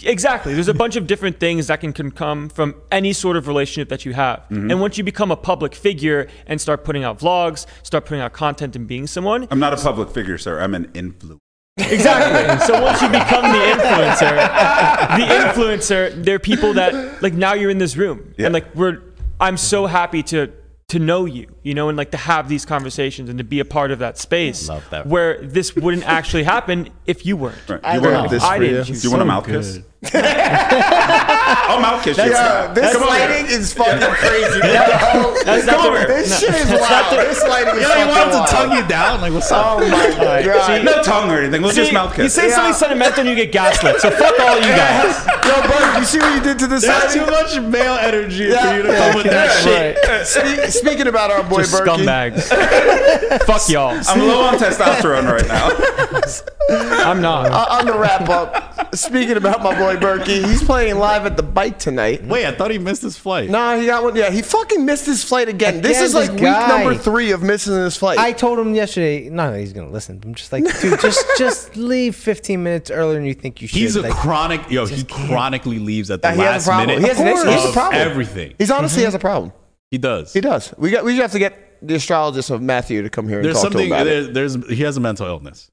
exactly. There's a bunch of different things that can, can come from any sort of relationship that you have. And once you become a public figure and start putting out vlogs, start putting out content and being someone,
I'm not a public figure, sir. I'm an influencer.
Exactly. So once you become the influencer, the influencer, they're people that like now you're in this room
Yeah.
and like we're. I'm so happy to to know you, you know, and like to have these conversations and to be a part of that space
Love that.
where this wouldn't actually happen if you weren't.
I You want love this
I
for
didn't
you?
choose
You want a
you.
mouth kiss? I'll mouth kiss you.
Yeah, this
Come over here.
lighting is fucking crazy. Come
That's not the
on,
word.
this
No.
shit is
That's not
wild.
the-
This lighting is
You know, you
fucking
want them
wild.
to tongue
you down? Like, what's up?
Oh my god.
See, no tongue or anything. Let's
See,
just mouth kiss.
You say something sentimental and you get gaslit. So fuck all you guys.
Yo, Bud, you see what you did to this
There's
lighting?
too much male energy for you to come with
yeah,
that shit.
right. Spe- Speaking about our boy
Just
Berkey.
scumbags. fuck y'all.
I'm low on testosterone right now.
I'm not.
Uh, on the wrap up, speaking about my boy Berkey, he's playing live at the bike tonight.
Wait, I thought he missed his flight.
Nah, he got one. Yeah, he fucking missed his flight again. this
Again,
is like
this
week
guy.
number three of missing his flight.
I told him yesterday. No, he's gonna listen. I'm just like, dude, just just leave 15 minutes earlier than you think you should.
He's a
Like,
chronic yo. He chronically leaves at the
Yeah, he has
last
a problem.
minute.
He has an
of
issue. He has a problem. Mm-hmm.
Everything.
He's honestly has a problem.
He does.
He does. We got. We just have to get the astrologist of Matthew to come here and
There's
talk to
something.
him about it.
There, there's he has a mental illness.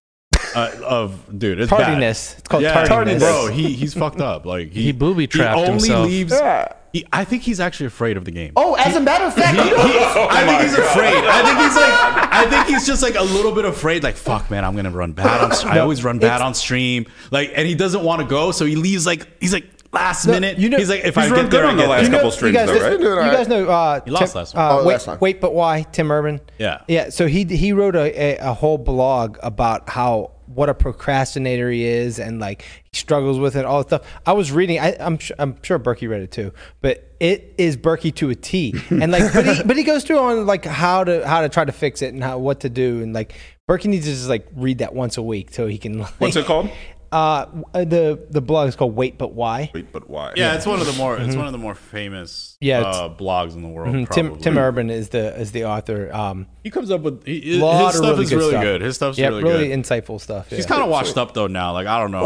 Uh, of dude, it's
Tardiness.
Bad.
It's called tardiness.
bro. He he's fucked up. Like he,
He booby-trapped
He only
himself.
leaves.
Yeah.
He, I think he's actually afraid of the game.
Oh, as a matter of fact,
He- he- I think he's
God.
afraid. I think he's like, I think he's just like a little bit afraid. Like, fuck, man, I'm gonna run bad. On, I always run bad on stream. Like, and he doesn't want to go, so he leaves. Like, he's like last minute.
you know-
he's like,
He's
if I
run
get there,
good
I
on the
get
last
there.
couple
you
streams,
guys,
though,
this-
right?
you guys know. Uh,
He lost last
uh,
one.
Oh,
wait,
last one.
wait, but why? Tim Urban.
Yeah.
Yeah. So he he wrote a, a, a whole blog about how what a procrastinator he is and like he struggles with it all that stuff. I was reading. I, I'm su- I'm sure Berkey read it too, but it is Berkey to a T. And like, but he, but he goes through on like how to how to try to fix it and how what to do and like Berkey needs to just like read that once a week so he can. Like,
What's it called?
Uh, the the blog is called Wait But Why.
Wait, but why?
Yeah, it's one of the more. It's one of the more famous.
Mm-hmm. Yeah, it's-
uh, blogs in the world.
Mhm, Tim
probably.
Tim Urban is the is the author. Um,
He comes up with he, his
lot
stuff
of really
is
good
really
stuff.
good. His stuff's
yeah,
really,
really
good.
insightful stuff.
He's
yeah.
kind of washed up though now. Like I don't know.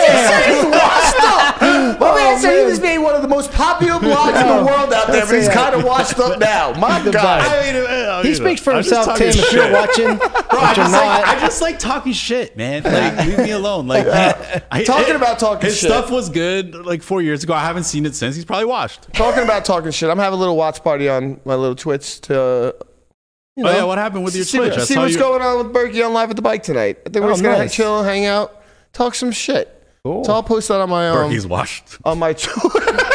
My Oh, man Oh. said he was being one of the most popular blogs in the world out there, but he's kind of washed up now. My
The
God.
best.
I mean, uh,
He
you
speaks
know,
for
I'm just
himself, Tim.
talking
If you're
shit.
watching,
Bro, I
which you're
just, like,
not.
I just like talking shit, man. Like, leave me alone. Like, I, I- eh,
Talking about talking
his
shit.
stuff was good like four years ago. I haven't seen it since. He's probably washed.
Talking about talking shit, I'm having a little watch party on my little Twitch to. You know,
Oh yeah, what happened with your
see,
Twitch? I
see
saw
what's
you-
going on with Berkey on live at the bike tonight. I think we're
Oh,
just gonna
nice.
chill, hang out, talk some shit. So I'll post that on my um,
Berkey's washed.
on my Twitter.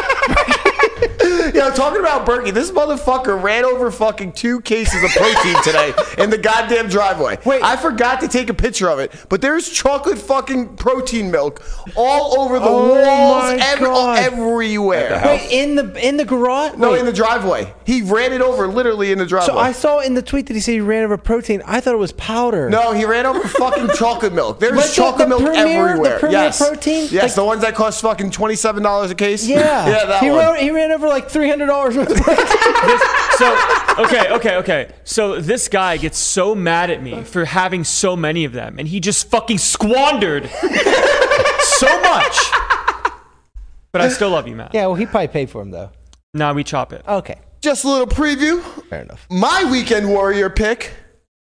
Yo, talking about Berkey, this motherfucker ran over fucking two cases of protein today in the goddamn driveway. Wait, I forgot to take a picture of it, but there's chocolate fucking protein milk all over the
Oh
walls,
my
ev-
God.
everywhere.
Wait, in the in the garage?
No,
Wait,
in the driveway. He ran it over literally in the driveway.
so I saw in the tweet that he said he ran out of protein. I thought it was powder.
No, he ran over fucking chocolate milk. There's
Like the-
chocolate
the
milk
Premier- the
everywhere.
Premier
yes.
protein?
Yes,
Like-
the ones that cost fucking twenty-seven dollars a case.
Yeah.
yeah, that
he
one.
Ran, he ran over like three hundred dollars worth. of protein.
so okay, okay, okay. So this guy gets so mad at me for having so many of them, and he just fucking squandered so much. But I still love you, Matt.
yeah, well, he probably paid for him though.
Now we chop it.
Okay,
Just a little preview.
fair enough.
Mm.
My weekend warrior pick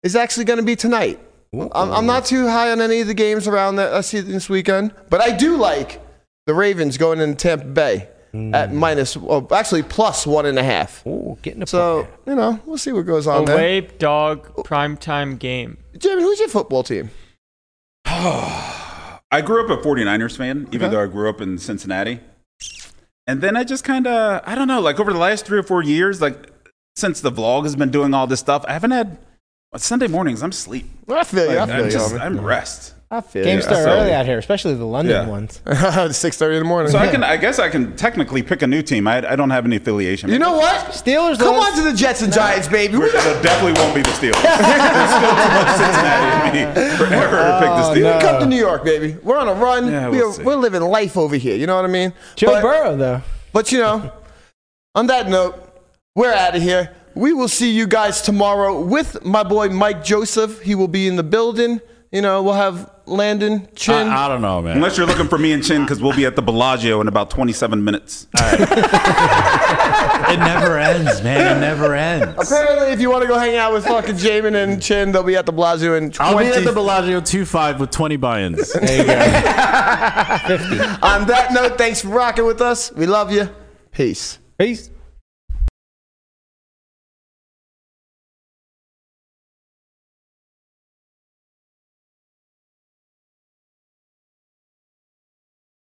is actually going to be tonight. I'm, I'm not too high on any of the games around that I see this weekend, but I do like the Ravens going into Tampa Bay
Hmm.
at minus, well, actually plus one and a half.
Ooh, getting a
So you know, we'll see what goes on there.
Away dog primetime game.
Jimmy, who's your football team?
I grew up a 49ers fan, even
Okay.
though I grew up in Cincinnati. And then I just kind of, I don't know, like over the last three or four years, like since the vlog has been doing all this stuff, I haven't had Sunday mornings. I'm sleep.
I feel you.
Like,
I feel
I'm
you.
just,
homie.
I'm rest.
I feel
Games
you.
start
so-
early out here, especially the London
Yeah.
ones.
Six thirty in the morning.
So I can, I guess I can technically pick a new team. I, I don't have any affiliation.
You know what?
Steelers.
Come
lost.
on to the Jets and Giants, baby.
We're-
We got-
it definitely won't be the Steelers. There's still too much Cincinnati in me for ever to pick the Steelers.
Come to New York, baby. We're on a run.
Yeah,
we
we'll
are,
see.
we're living life over here. You know what I mean?
Joe
but,
Burrow though.
But you know, on that note, we're out of here. We will see you guys tomorrow with my boy Mike Joseph. He will be in the building. You know, we'll have Landon Chin.
I, I don't know, man.
Unless you're looking for me and Chin, because we'll be at the Bellagio in about 27 minutes.
it never ends, man. It never ends.
Apparently, if you want to go hang out with fucking Jamin and Chin, they'll be at the Blasio in 20.
I'll be at the Bellagio two five with twenty buy-ins.
on that note, thanks for rocking with us. We love you. Peace.
Peace.